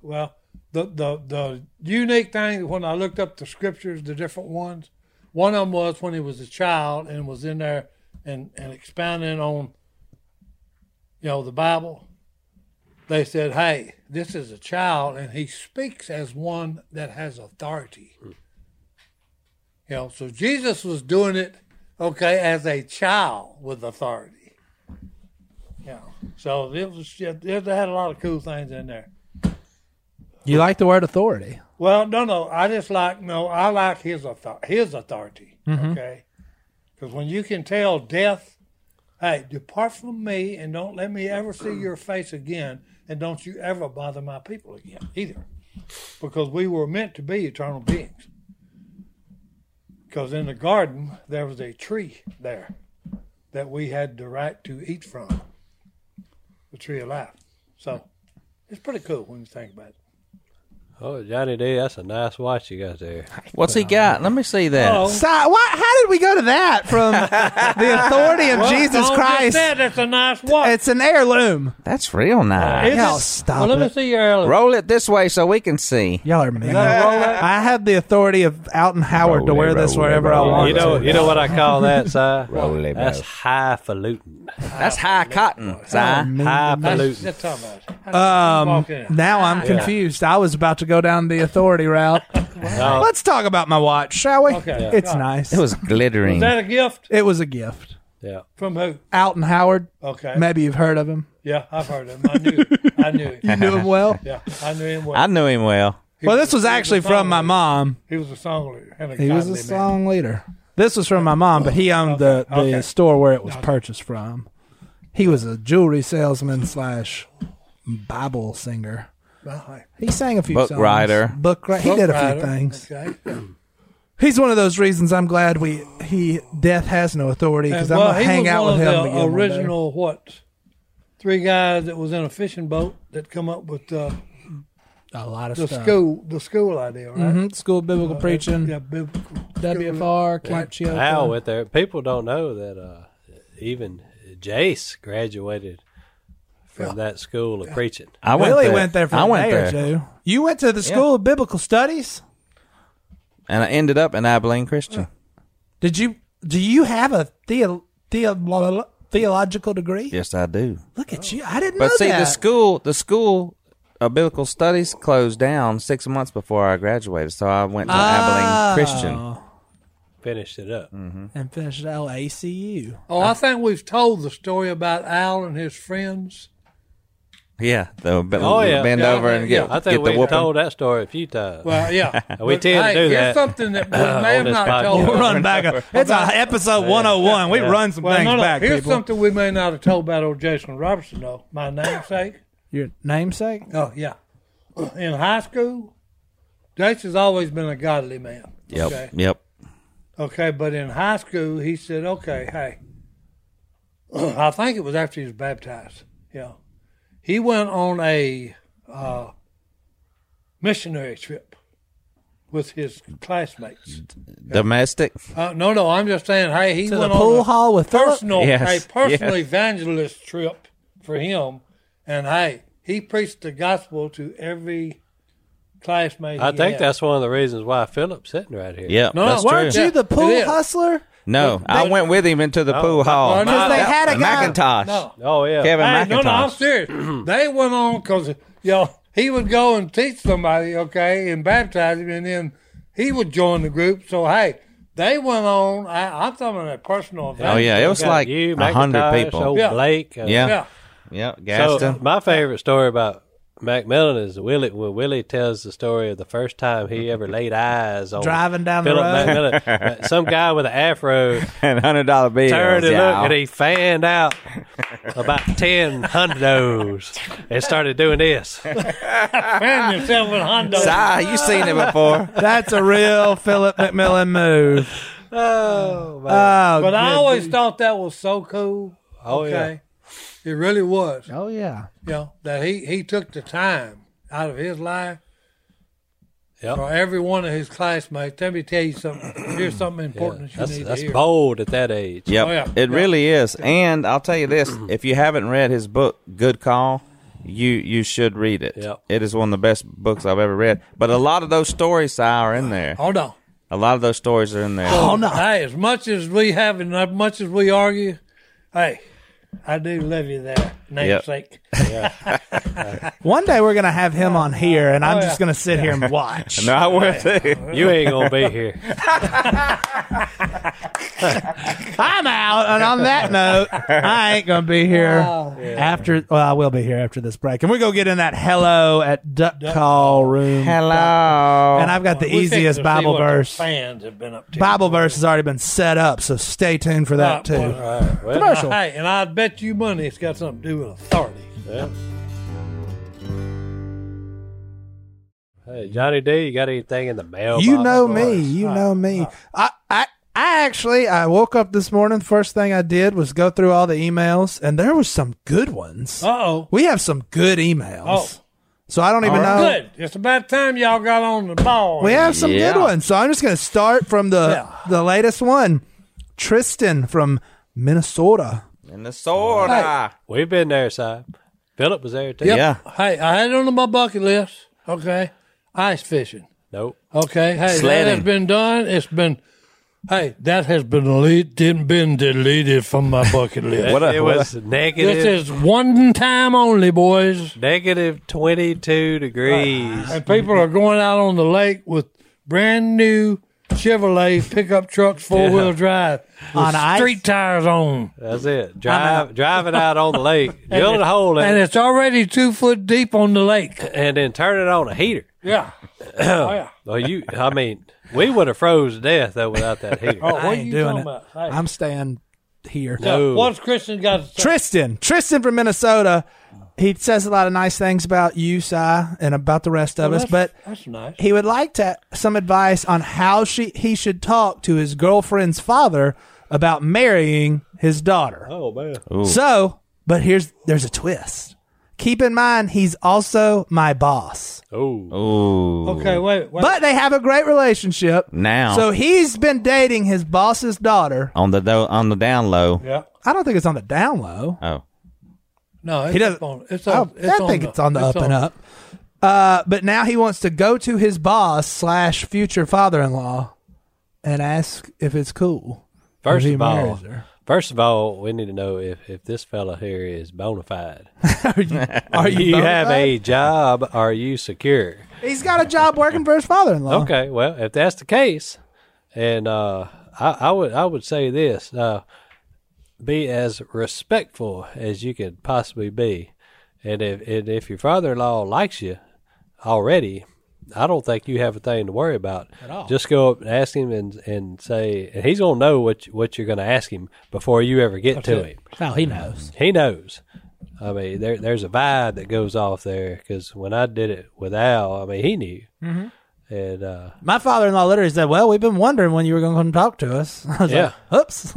C: Well, the, the the unique thing when I looked up the scriptures, the different ones, one of them was when he was a child and was in there and, and expounding on, you know, the Bible. They said, "Hey, this is a child, and he speaks as one that has authority." You know, so Jesus was doing it, okay, as a child with authority. Yeah. So it was. It, it had a lot of cool things in there.
D: You like the word authority?
C: Well, no, no. I just like no. I like his authority. His authority. Okay. Because when you can tell death, hey, depart from me, and don't let me ever see your face again, and don't you ever bother my people again either, because we were meant to be eternal beings. Because in the garden there was a tree there that we had the right to eat from, the tree of life. So it's pretty cool when you think about it.
A: Oh, Johnny D, that's a nice watch you got there.
B: What's he got? Let me see that.
C: Oh.
D: Si- why, how did we go to that from the
C: *laughs*
D: authority of Jesus
C: Don't
D: Christ?
C: Just that. That's a nice watch.
D: It's an heirloom.
B: That's real nice.
C: Is
D: Y'all
C: it?
D: stop
C: well, let me
D: it.
C: see your earlier.
B: Roll it this way so we can see.
D: Y'all are mean. I have the authority of Alton Howard to
B: Roll it,
D: wear this
B: roll it,
D: wherever I
B: roll it.
D: want
A: You know,
D: to.
A: you know what I call that,
B: *laughs*
A: Si?
B: Roll it,
A: That's
B: bro.
A: highfalutin.
B: That's high cotton, Si.
C: That's,
A: Highfalutin.
C: that's how much.
D: Um,
C: Walk in.
D: now I'm confused. I was about to go down the
A: *laughs*
D: authority route.
A: No,
D: Let's talk about my watch, shall we?
C: Okay.
D: It's
C: Yeah.
D: nice.
B: It was glittering.
C: Is that a gift
D: It was a gift.
A: yeah.
C: from who?
D: Alton Howard.
C: Okay.
D: Maybe you've heard of him.
C: Yeah, I've heard of him. I knew. I knew.
D: *laughs* You
C: Him.
D: knew him well.
C: Yeah, I knew him well.
B: I knew him well.
C: He
D: Well, this was
C: he
D: actually
C: a
D: from
C: song
D: my
C: leader.
D: mom.
C: He was a song leader. And a
D: He was a
C: godly man.
D: song leader. This was from my mom, but he owned the, the
C: Okay.
D: store where it was purchased from. He was a jewelry salesman slash Bible singer.
C: Right.
D: He sang a few
B: Book
D: songs.
B: writer.
D: Book writer. He
C: Book
D: did a
C: writer.
D: few things.
C: Okay.
D: He's one of those reasons I'm glad we he death has no authority because
C: And, well,
D: I'm gonna
C: he
D: hang
C: was
D: out
C: one
D: with
C: of
D: him
C: the
D: again one day.
C: original what? Three guys that was in a fishing boat that come up with uh,
D: A lot of
C: the
D: stuff.
C: school uh, the school idea, right?
D: Mhm, School of biblical preaching.
C: Yeah, biblical.
D: WFR Camp Chioka.
A: Al went there. People don't know that uh, even Jace graduated from that school of preaching.
B: I went
D: Willie
B: there.
D: went there for
B: I
D: a
B: went
D: day
B: there,
D: or two. You went to the School of Biblical Studies.
B: and I ended up in Abilene Christian.
D: Did you? Do you have a theo, theo, blah, blah, theological degree?
B: Yes, I do.
D: Look at you! I didn't
B: But
D: know
B: see,
D: that.
B: the school, the school of biblical studies closed down six months before I graduated, so I went to
D: Ah.
B: Abilene Christian.
A: Finished it up.
B: Mm.
D: and finished out with ACU.
C: Oh, I think we've told the story about Al and his friends.
B: Yeah, the b-
A: Oh, yeah.
B: bend
A: Yeah, I
B: over and
C: think-
B: get
A: I
B: get
A: think
B: the
A: we've
B: whooping.
A: told that story a few times.
C: Well, yeah,
A: *laughs* We tend
C: But,
A: to
C: hey,
A: do
C: here's
A: that
C: something that
A: *laughs*
C: we may
A: on
C: have
A: this
C: not
A: podcast.
C: told.
A: We'll
D: Oh, Run back. up. It's a
B: *laughs*
D: episode 101. We run some
C: Well,
D: things
C: no, no.
D: back,
C: Here's
D: people.
C: something we may not have told about old Jason Robertson, though. My namesake.
D: Your namesake?
C: oh yeah, in high school, Jason's always been a godly man.
B: Yep,
C: Okay.
B: yep.
C: Okay, but in high school, he said, okay, hey, *clears throat* I think it was after he was baptized. Yeah. He went on a uh, missionary trip with his classmates.
B: Domestic.
C: Uh, no, no, I'm just saying, hey, he
D: To the
C: went
D: pool
C: on
D: hall with
C: a
D: Philip?
C: personal,
B: Yes,
C: a personal
B: yes.
C: evangelist trip for him. And hey, he preached the gospel to every classmate.
A: I
C: he
A: think
C: had.
A: that's one of the reasons why Philip's sitting right here.
B: Yep,
C: No, no,
B: that's
C: weren't
B: true.
D: Aren't you the
C: Yeah,
D: pool
C: it is.
D: hustler?
B: No, I went with him into the pool hall.
C: no, no,
D: Because they
C: that-
D: had a guy.
B: Macintosh.
C: No.
A: Oh yeah.
B: Kevin
C: Hey,
B: McIntosh.
C: no, no,
A: *clears throat*
C: I'm serious. they went on because yo, he would go and teach somebody, okay, and baptize him, and then he would join the group. So hey, they went on. I, I'm talking about personal.
B: Oh yeah, it was
A: Got
B: like
A: you,
B: a hundred
A: McIntosh,
B: people.
A: Old
C: Yeah.
A: Blake. uh,
B: Yeah,
C: yeah.
B: yeah.
A: So *laughs*
B: Gaston.
A: my favorite story about Macmillan is Willie when Willie tells the story of the first time he ever laid eyes on
D: Driving down the
A: Philip
D: road.
B: *laughs*
A: Macmillan. Some guy with an afro
B: and hundred dollar bills.
A: turned and
B: y'all.
A: looked and he fanned out about ten hundos and started doing this.
B: *laughs*
C: Fan yourself with a Hondo.
B: Si, you seen it before.
D: That's
B: *laughs*
D: a real Philip McMillan move.
A: Oh
B: uh,
A: man.
D: Oh,
C: But I
D: good
C: always thought that was so cool.
A: oh yeah.
C: Okay. It really was.
D: Oh yeah.
C: You know, that he, he took the time out of his life
A: Yep.
C: for every one of his classmates. Let me tell you something.
A: *clears throat*
C: Here's something important that you
A: That's,
C: need
A: that's
C: to hear.
A: bold at that age.
B: Yep.
C: Oh, yeah.
B: It
C: Yeah.
B: really is. And I'll tell you this, if you haven't read his book Good Call, you you should read it.
A: Yep.
B: It is one of the best books I've ever read. But a lot of those stories Si, are in there.
C: Hold on.
B: A lot of those stories are in there. *laughs*
D: Oh no.
C: Hey, as much as we have and as much as we argue, hey, I do love you there, namesake.
D: One day we're gonna have him on here, and I'm just gonna sit
B: *laughs*
D: here and watch.
B: Oh, No, I will too.
A: *laughs* You ain't gonna be here.
D: I'm out. And
C: *laughs*
D: on that note, I ain't gonna be here after. Well, I will be here after this break, and we're gonna get in that hello at duck, call room.
B: Hello.
D: And I've got the
C: We fixing to
D: easiest
C: see
D: Bible
C: what the
D: verse.
C: Fans have been up to
D: Bible verse has already been set up, so stay tuned for that
C: Right,
D: too.
C: well, right.
A: Well,
D: Commercial.
C: uh, Hey, and I bet you money it's got something to do with authority.
A: yeah. Hey, Johnny D, you got anything in the mail?
D: You know me. You know me. I, I, I actually, I woke up this morning. First thing I did was go through all the emails, and there was some good ones.
C: Uh oh.
D: We have some good emails.
C: Oh.
D: So I don't even know.
C: Good. It's about time y'all got on the ball.
D: Oh. We have some
B: Yeah.
D: good ones. So I'm just going to start from the
C: Yeah.
D: the latest one. Tristan from Minnesota.
B: Minnesota.
A: We've been there, Si. Philip was there too.
B: Yeah.
C: Hey, I had it on my bucket list. Okay. Ice fishing.
A: Nope.
C: Okay. Hey, that
B: Sledding.
C: has been done. It's been. Hey, that has been delete, didn't been deleted from my bucket list.
B: What a-
A: it
B: what
A: was negative
C: This is one time only, boys.
A: negative twenty two degrees.
C: And people are going out on the lake with brand new Chevrolet pickup trucks, four wheel drive, with
D: On ice?
C: street tires on.
A: That's it. Drive driving out on the lake, drilling a hole in
C: And
A: it,
C: it's already two foot deep on the lake.
A: and then turning on a heater.
B: *coughs*
C: Yeah. oh, yeah.
A: Oh, you I mean, we would have froze to death though without that heater.
C: Oh, what
D: I
C: are
D: ain't
C: you
D: doing
C: talking
D: it.
C: about? Hey,
D: I'm staying here.
A: No.
C: What's Christian got to say?
D: Tristan, Tristan from Minnesota. He says a lot of nice things about you, Si, and about the rest of us, but
C: That's nice.
D: he would like to some advice on how she he should talk to his girlfriend's father about marrying his daughter.
A: Oh man.
D: So, but here's there's a twist. Keep in mind he's also my boss.
A: Oh.
B: Ooh.
C: Okay, wait, wait.
D: But they have a great relationship.
B: Now
D: So he's been dating his boss's daughter.
B: on the do- on the down low.
C: yeah.
D: I don't think it's on the down low.
B: Oh.
C: No, it's
D: He doesn't.
C: up on, it's on,
D: I, don't-
C: it's
D: I
C: on
D: think
C: the,
D: it's on the up and up. Uh, but now he wants to go to his boss slash future father in law and ask if it's cool.
A: First
D: if he
A: of all,
D: marries her.
A: first of all, we need to know if, if this fella here is bona fide.
D: are you, are
A: Do you
D: bona
A: have
D: fide?
A: a job? Are you secure?
D: Uh, He's got a job working for his father in law.
A: Okay, well, if that's the case, and uh, I, I would I would say this: uh, be as respectful as you could possibly be, and if and if your father-in-law likes you already, I don't think you have a thing to worry about. At all. Just go up and ask him and and say, and he's gonna know what you- what you're gonna ask him before you ever get to him.
D: Oh, he knows.
A: He knows. I mean, there there's a vibe that goes off there because when I did it with Al, I mean, he knew. Mm-hmm. And uh,
D: My father in law literally said, Well, we've been wondering when you were going to come talk to us. *laughs* I was
A: Yeah.
D: like, Oops.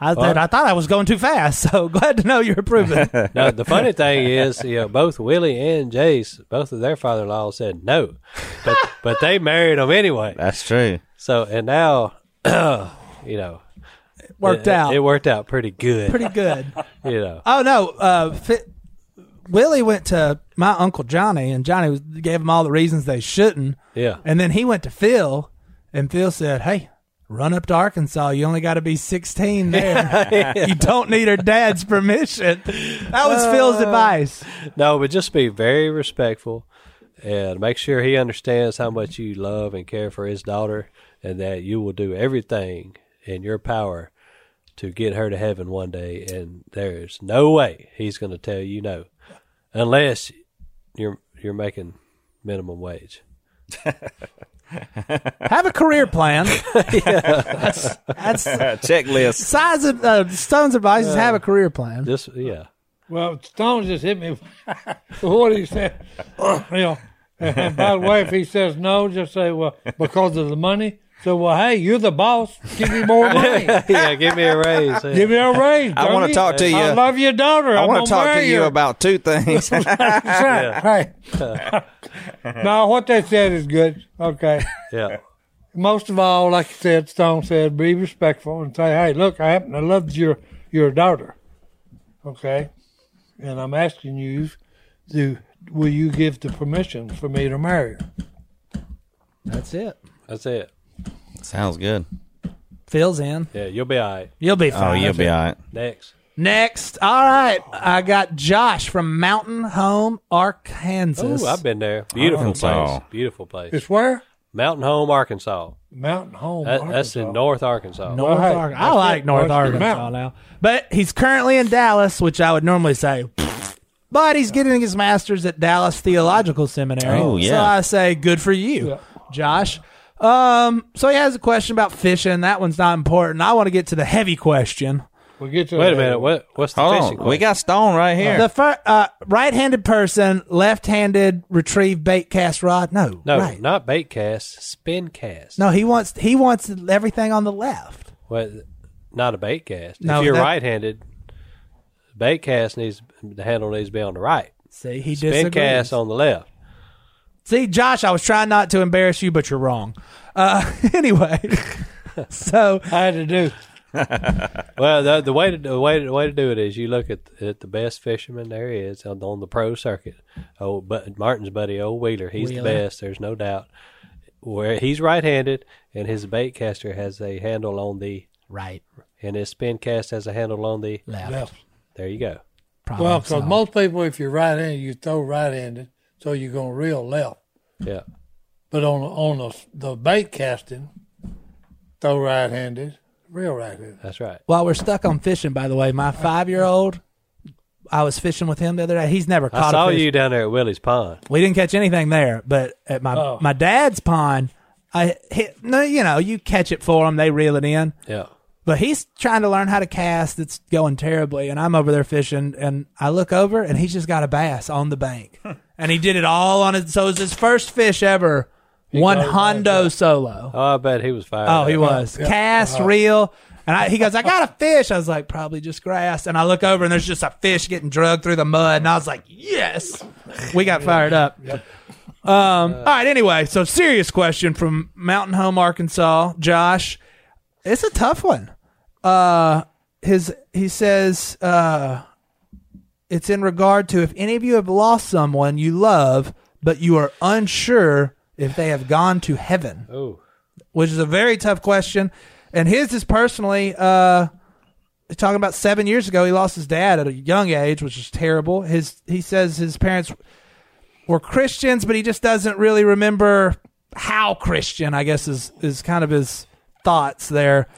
D: I, said, I thought I was going too fast, *laughs* so glad to know
A: *laughs*
D: you're approving.
A: No, the funny thing is, you know, both Willie and Jace, both of their father-in-law said no, but but they married them anyway.
B: That's true.
A: So and now, *clears throat* you know,
D: Worked
A: it,
D: out.
A: It worked out pretty good. *laughs*
D: Pretty good.
A: you know,
D: Oh, no. Uh, Fi- Willie went to my Uncle Johnny, and Johnny was, gave him all the reasons they shouldn't.
A: yeah.
D: And then he went to Phil, and Phil said, Hey, run up to Arkansas. You only got to be
B: *laughs*
D: 16 there. You don't need her dad's permission. That was
B: Uh.
D: Phil's advice.
A: No, but just be very respectful and make sure he understands how much you love and care for his daughter, and that you will do everything in your power to get her to heaven one day. And there is no way he's going to tell you no, unless your you're making minimum wage.
D: Have a
B: *laughs*
D: career plan. that's, that's *laughs*
B: Checklist.
D: size of uh, Stone's advice is have a career plan.
A: Just yeah,
C: Well, Stone just hit me *laughs* with what he said. *laughs* you know, and, and by the way, if he says no, just say, well, because of the money. So, well, hey, you're the boss. Give me
B: *laughs*
C: more money.
A: yeah. Give me a
C: *laughs*
A: raise. yeah.
C: Give me a raise.
B: I wanna
C: dummy.
B: talk to
C: I
B: you-
C: love your daughter.
B: I
C: I'm
B: want
C: gonna
B: to talk to
C: marry
B: you
C: *laughs* her.
B: about two things.
C: That's right. Right. *laughs* no, what they said is good. Okay.
A: yeah.
C: Most of all, like you said, Stone said, be respectful and say, "Hey, look, I happen to love your your daughter, okay, and I'm asking you to will you give the permission for me to marry her?"
D: That's it.
A: That's it.
B: Sounds good.
D: Phil's in.
A: Yeah, you'll be all right.
D: You'll be
B: Oh,
D: fine.
B: you'll be all right.
A: Next.
D: Next. All right. I got Josh from Mountain Home, Arkansas.
A: Oh, I've been there. Beautiful
B: Arkansas.
A: place. Beautiful place.
C: It's where
A: Mountain Home, Arkansas.
C: Mountain Home.
A: That, that's in
C: Arkansas.
A: North Arkansas.
D: North
C: Well, hey,
D: Arkansas. I
C: that's
D: like
C: it.
D: North
C: That's the
D: Arkansas
C: mountain.
D: now. But he's currently in Dallas, which I would normally say. But he's getting his master's at Dallas Theological Seminary.
B: Oh,
D: So
B: yeah.
D: I say good for you,
C: Yeah.
D: Josh. Um, so he has a question about fishing. That one's not important. I want to get to the heavy question.
C: We'll get to
A: Wait a
C: that.
A: minute. What? What's the
B: Hold
A: fishing?
B: on. We
A: question?
B: got Stone right here.
D: The fir- uh, right-handed person, left-handed retrieve bait cast rod. No,
A: no,
D: right.
A: not bait cast. Spin cast.
D: No, he wants he wants everything on the left.
A: Well, not a bait cast.
D: No,
A: if you're
D: that-
A: right-handed, bait cast needs the handle needs to be on the right.
D: See, he
A: Spin
D: disagrees.
A: cast on the left.
D: See, Josh, I was trying not to embarrass you, but you're wrong. Uh, *laughs*
A: *laughs*
D: anyway, so
C: I had to do.
A: Well, the, the way to the way to, the way to do it is you look at at the best fisherman there is on, on the pro circuit. Oh, but Martin's buddy, old Wheeler, he's
D: Wheeler.
A: the best. There's no doubt. Where he's right-handed, and his bait caster has a handle on the,
D: right,
A: and his spin cast has a handle on the.
D: left.
C: Left.
A: There you go.
D: Problem
C: Well, because
D: solved.
C: most people, if you're right-handed, you throw right-handed, so you're gonna reel left.
A: Yeah,
C: But on on the, the bait casting, throw right-handed, reel right-handed.
A: that's right.
D: while we're stuck on fishing, by the way, my five-year-old, I was fishing with him the other day. He's never caught
A: I saw
D: a fish.
A: you down there at Willie's Pond.
D: We didn't catch anything there, but at my
C: Oh.
D: my dad's pond, I hit. No, you know, you catch it for him, they reel it in.
A: Yeah,
D: But he's trying to learn how to cast. It's going terribly, and I'm over there fishing, and I look over, and he's just got a bass on the bank, and he did it all on his. So it was his first fish ever, one
C: goes like
D: hondo solo.
A: Oh, I bet he was fired.
D: Oh,
A: up.
D: he was cast reel, and I, he goes, "I got a fish." I was like, "Probably just grass," and I look over, and there's just a fish getting drugged through the mud, and I was like, "Yes, we got fired up." Um, all right. Anyway, so serious question from Mountain Home, Arkansas, Josh. It's a tough one. Uh, his he says uh, it's in regard to if any of you have lost someone you love, but you are unsure if they have gone to heaven,
A: Oh,
D: which is a very tough question. And his is personally uh, talking about seven years ago. He lost his dad at a young age, which is terrible. His he says his parents were Christians, but he just doesn't really remember how Christian. I guess is is kind of his thoughts there.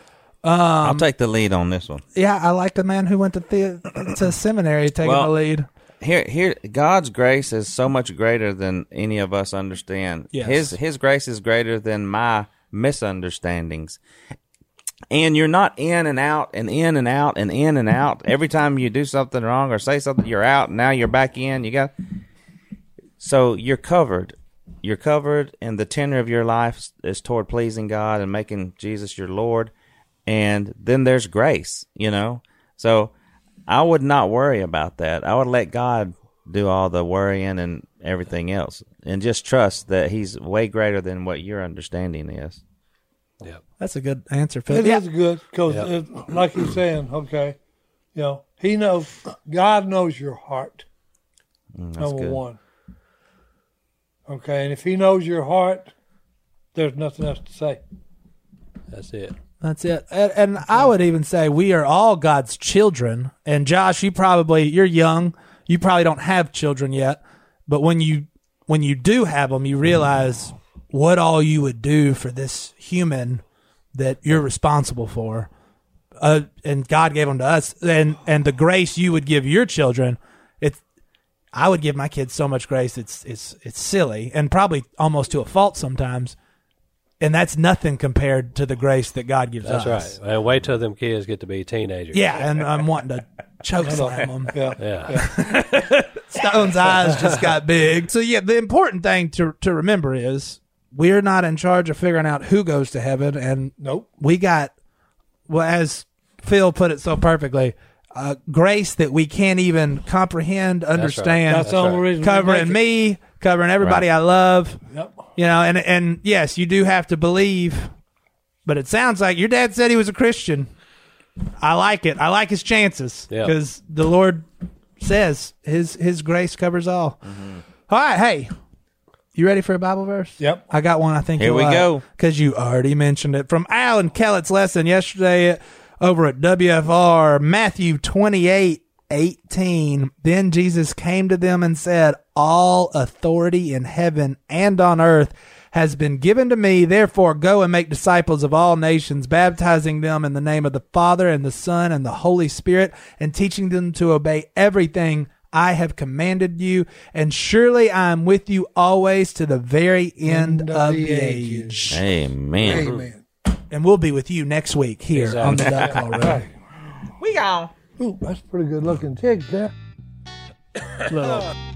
B: I'll take the lead on this one.
D: Yeah, I like the man who went to the, to seminary taking
B: Well-
D: the lead.
B: Here, here, God's grace is so much greater than any of us understand.
D: Yes.
B: His His grace is greater than my misunderstandings. And you're not in and out and in and out and in and out. Every time you do something wrong or say something, you're out. Now you're back in. You got so you're covered. You're covered, and the tenor of your life is toward pleasing God and making Jesus your Lord. And then there's grace, you know. So I would not worry about that. I would let God do all the worrying and everything else, and just trust that He's way greater than what your understanding is.
D: That's a good answer,
C: It
D: Phil.
C: is
D: Yeah.
C: good because, like he's saying, okay, you know, he knows, God knows your heart. number
B: good.
C: one. Okay, and if he knows your heart, there's nothing else to say.
A: that's it.
D: That's it. And, and I would even say we are all God's children. And Josh, you probably you're young. You probably don't have children yet, but when you when you do have them, you realize what all you would do for this human that you're responsible for. Uh, and God gave them to us, and and the grace you would give your children. It's I would give my kids so much grace. It's it's it's silly and probably almost to a fault sometimes. And that's nothing compared to the grace that God gives
A: That's
D: us.
A: right. And wait till them kids get to be teenagers.
D: Yeah, and I'm
A: *laughs*
D: wanting to choke slam them.
A: Yeah.
D: Stone's eyes just got big. So yeah, the important thing to to remember is we're not in charge of figuring out who goes to heaven, and
C: Nope.
D: we got well as Phil put it so perfectly, uh, grace that we can't even comprehend, understand,
C: That's the only reason. we
D: covering
C: make
D: me, covering everybody I love.
C: it. Yep.
D: You know, and and yes, you do have to believe, but it sounds like your dad said he was a Christian. I like it. I like his chances
A: Yeah.
D: because the Lord says his his grace covers all.
C: Mm-hmm.
D: All right, hey, you ready for a Bible verse?
C: Yep.
D: I got one. I think
B: Here we go.
D: because you already mentioned it from Alan Kellett's lesson yesterday at- over at WFR Matthew twenty eight. 18 Then Jesus came to them and said, All authority in heaven and on earth has been given to me. Therefore, go and make disciples of all nations, baptizing them in the name of the Father and the Son and the Holy Spirit, and teaching them to obey everything I have commanded you. And surely I am with you always to the very end,
C: End
D: of
C: of
D: the,
C: the
D: age.
B: Amen.
C: Amen.
D: And we'll be with you next week here on the Duck Call Radio.
C: Ooh, that's a pretty good looking chick there.
D: Little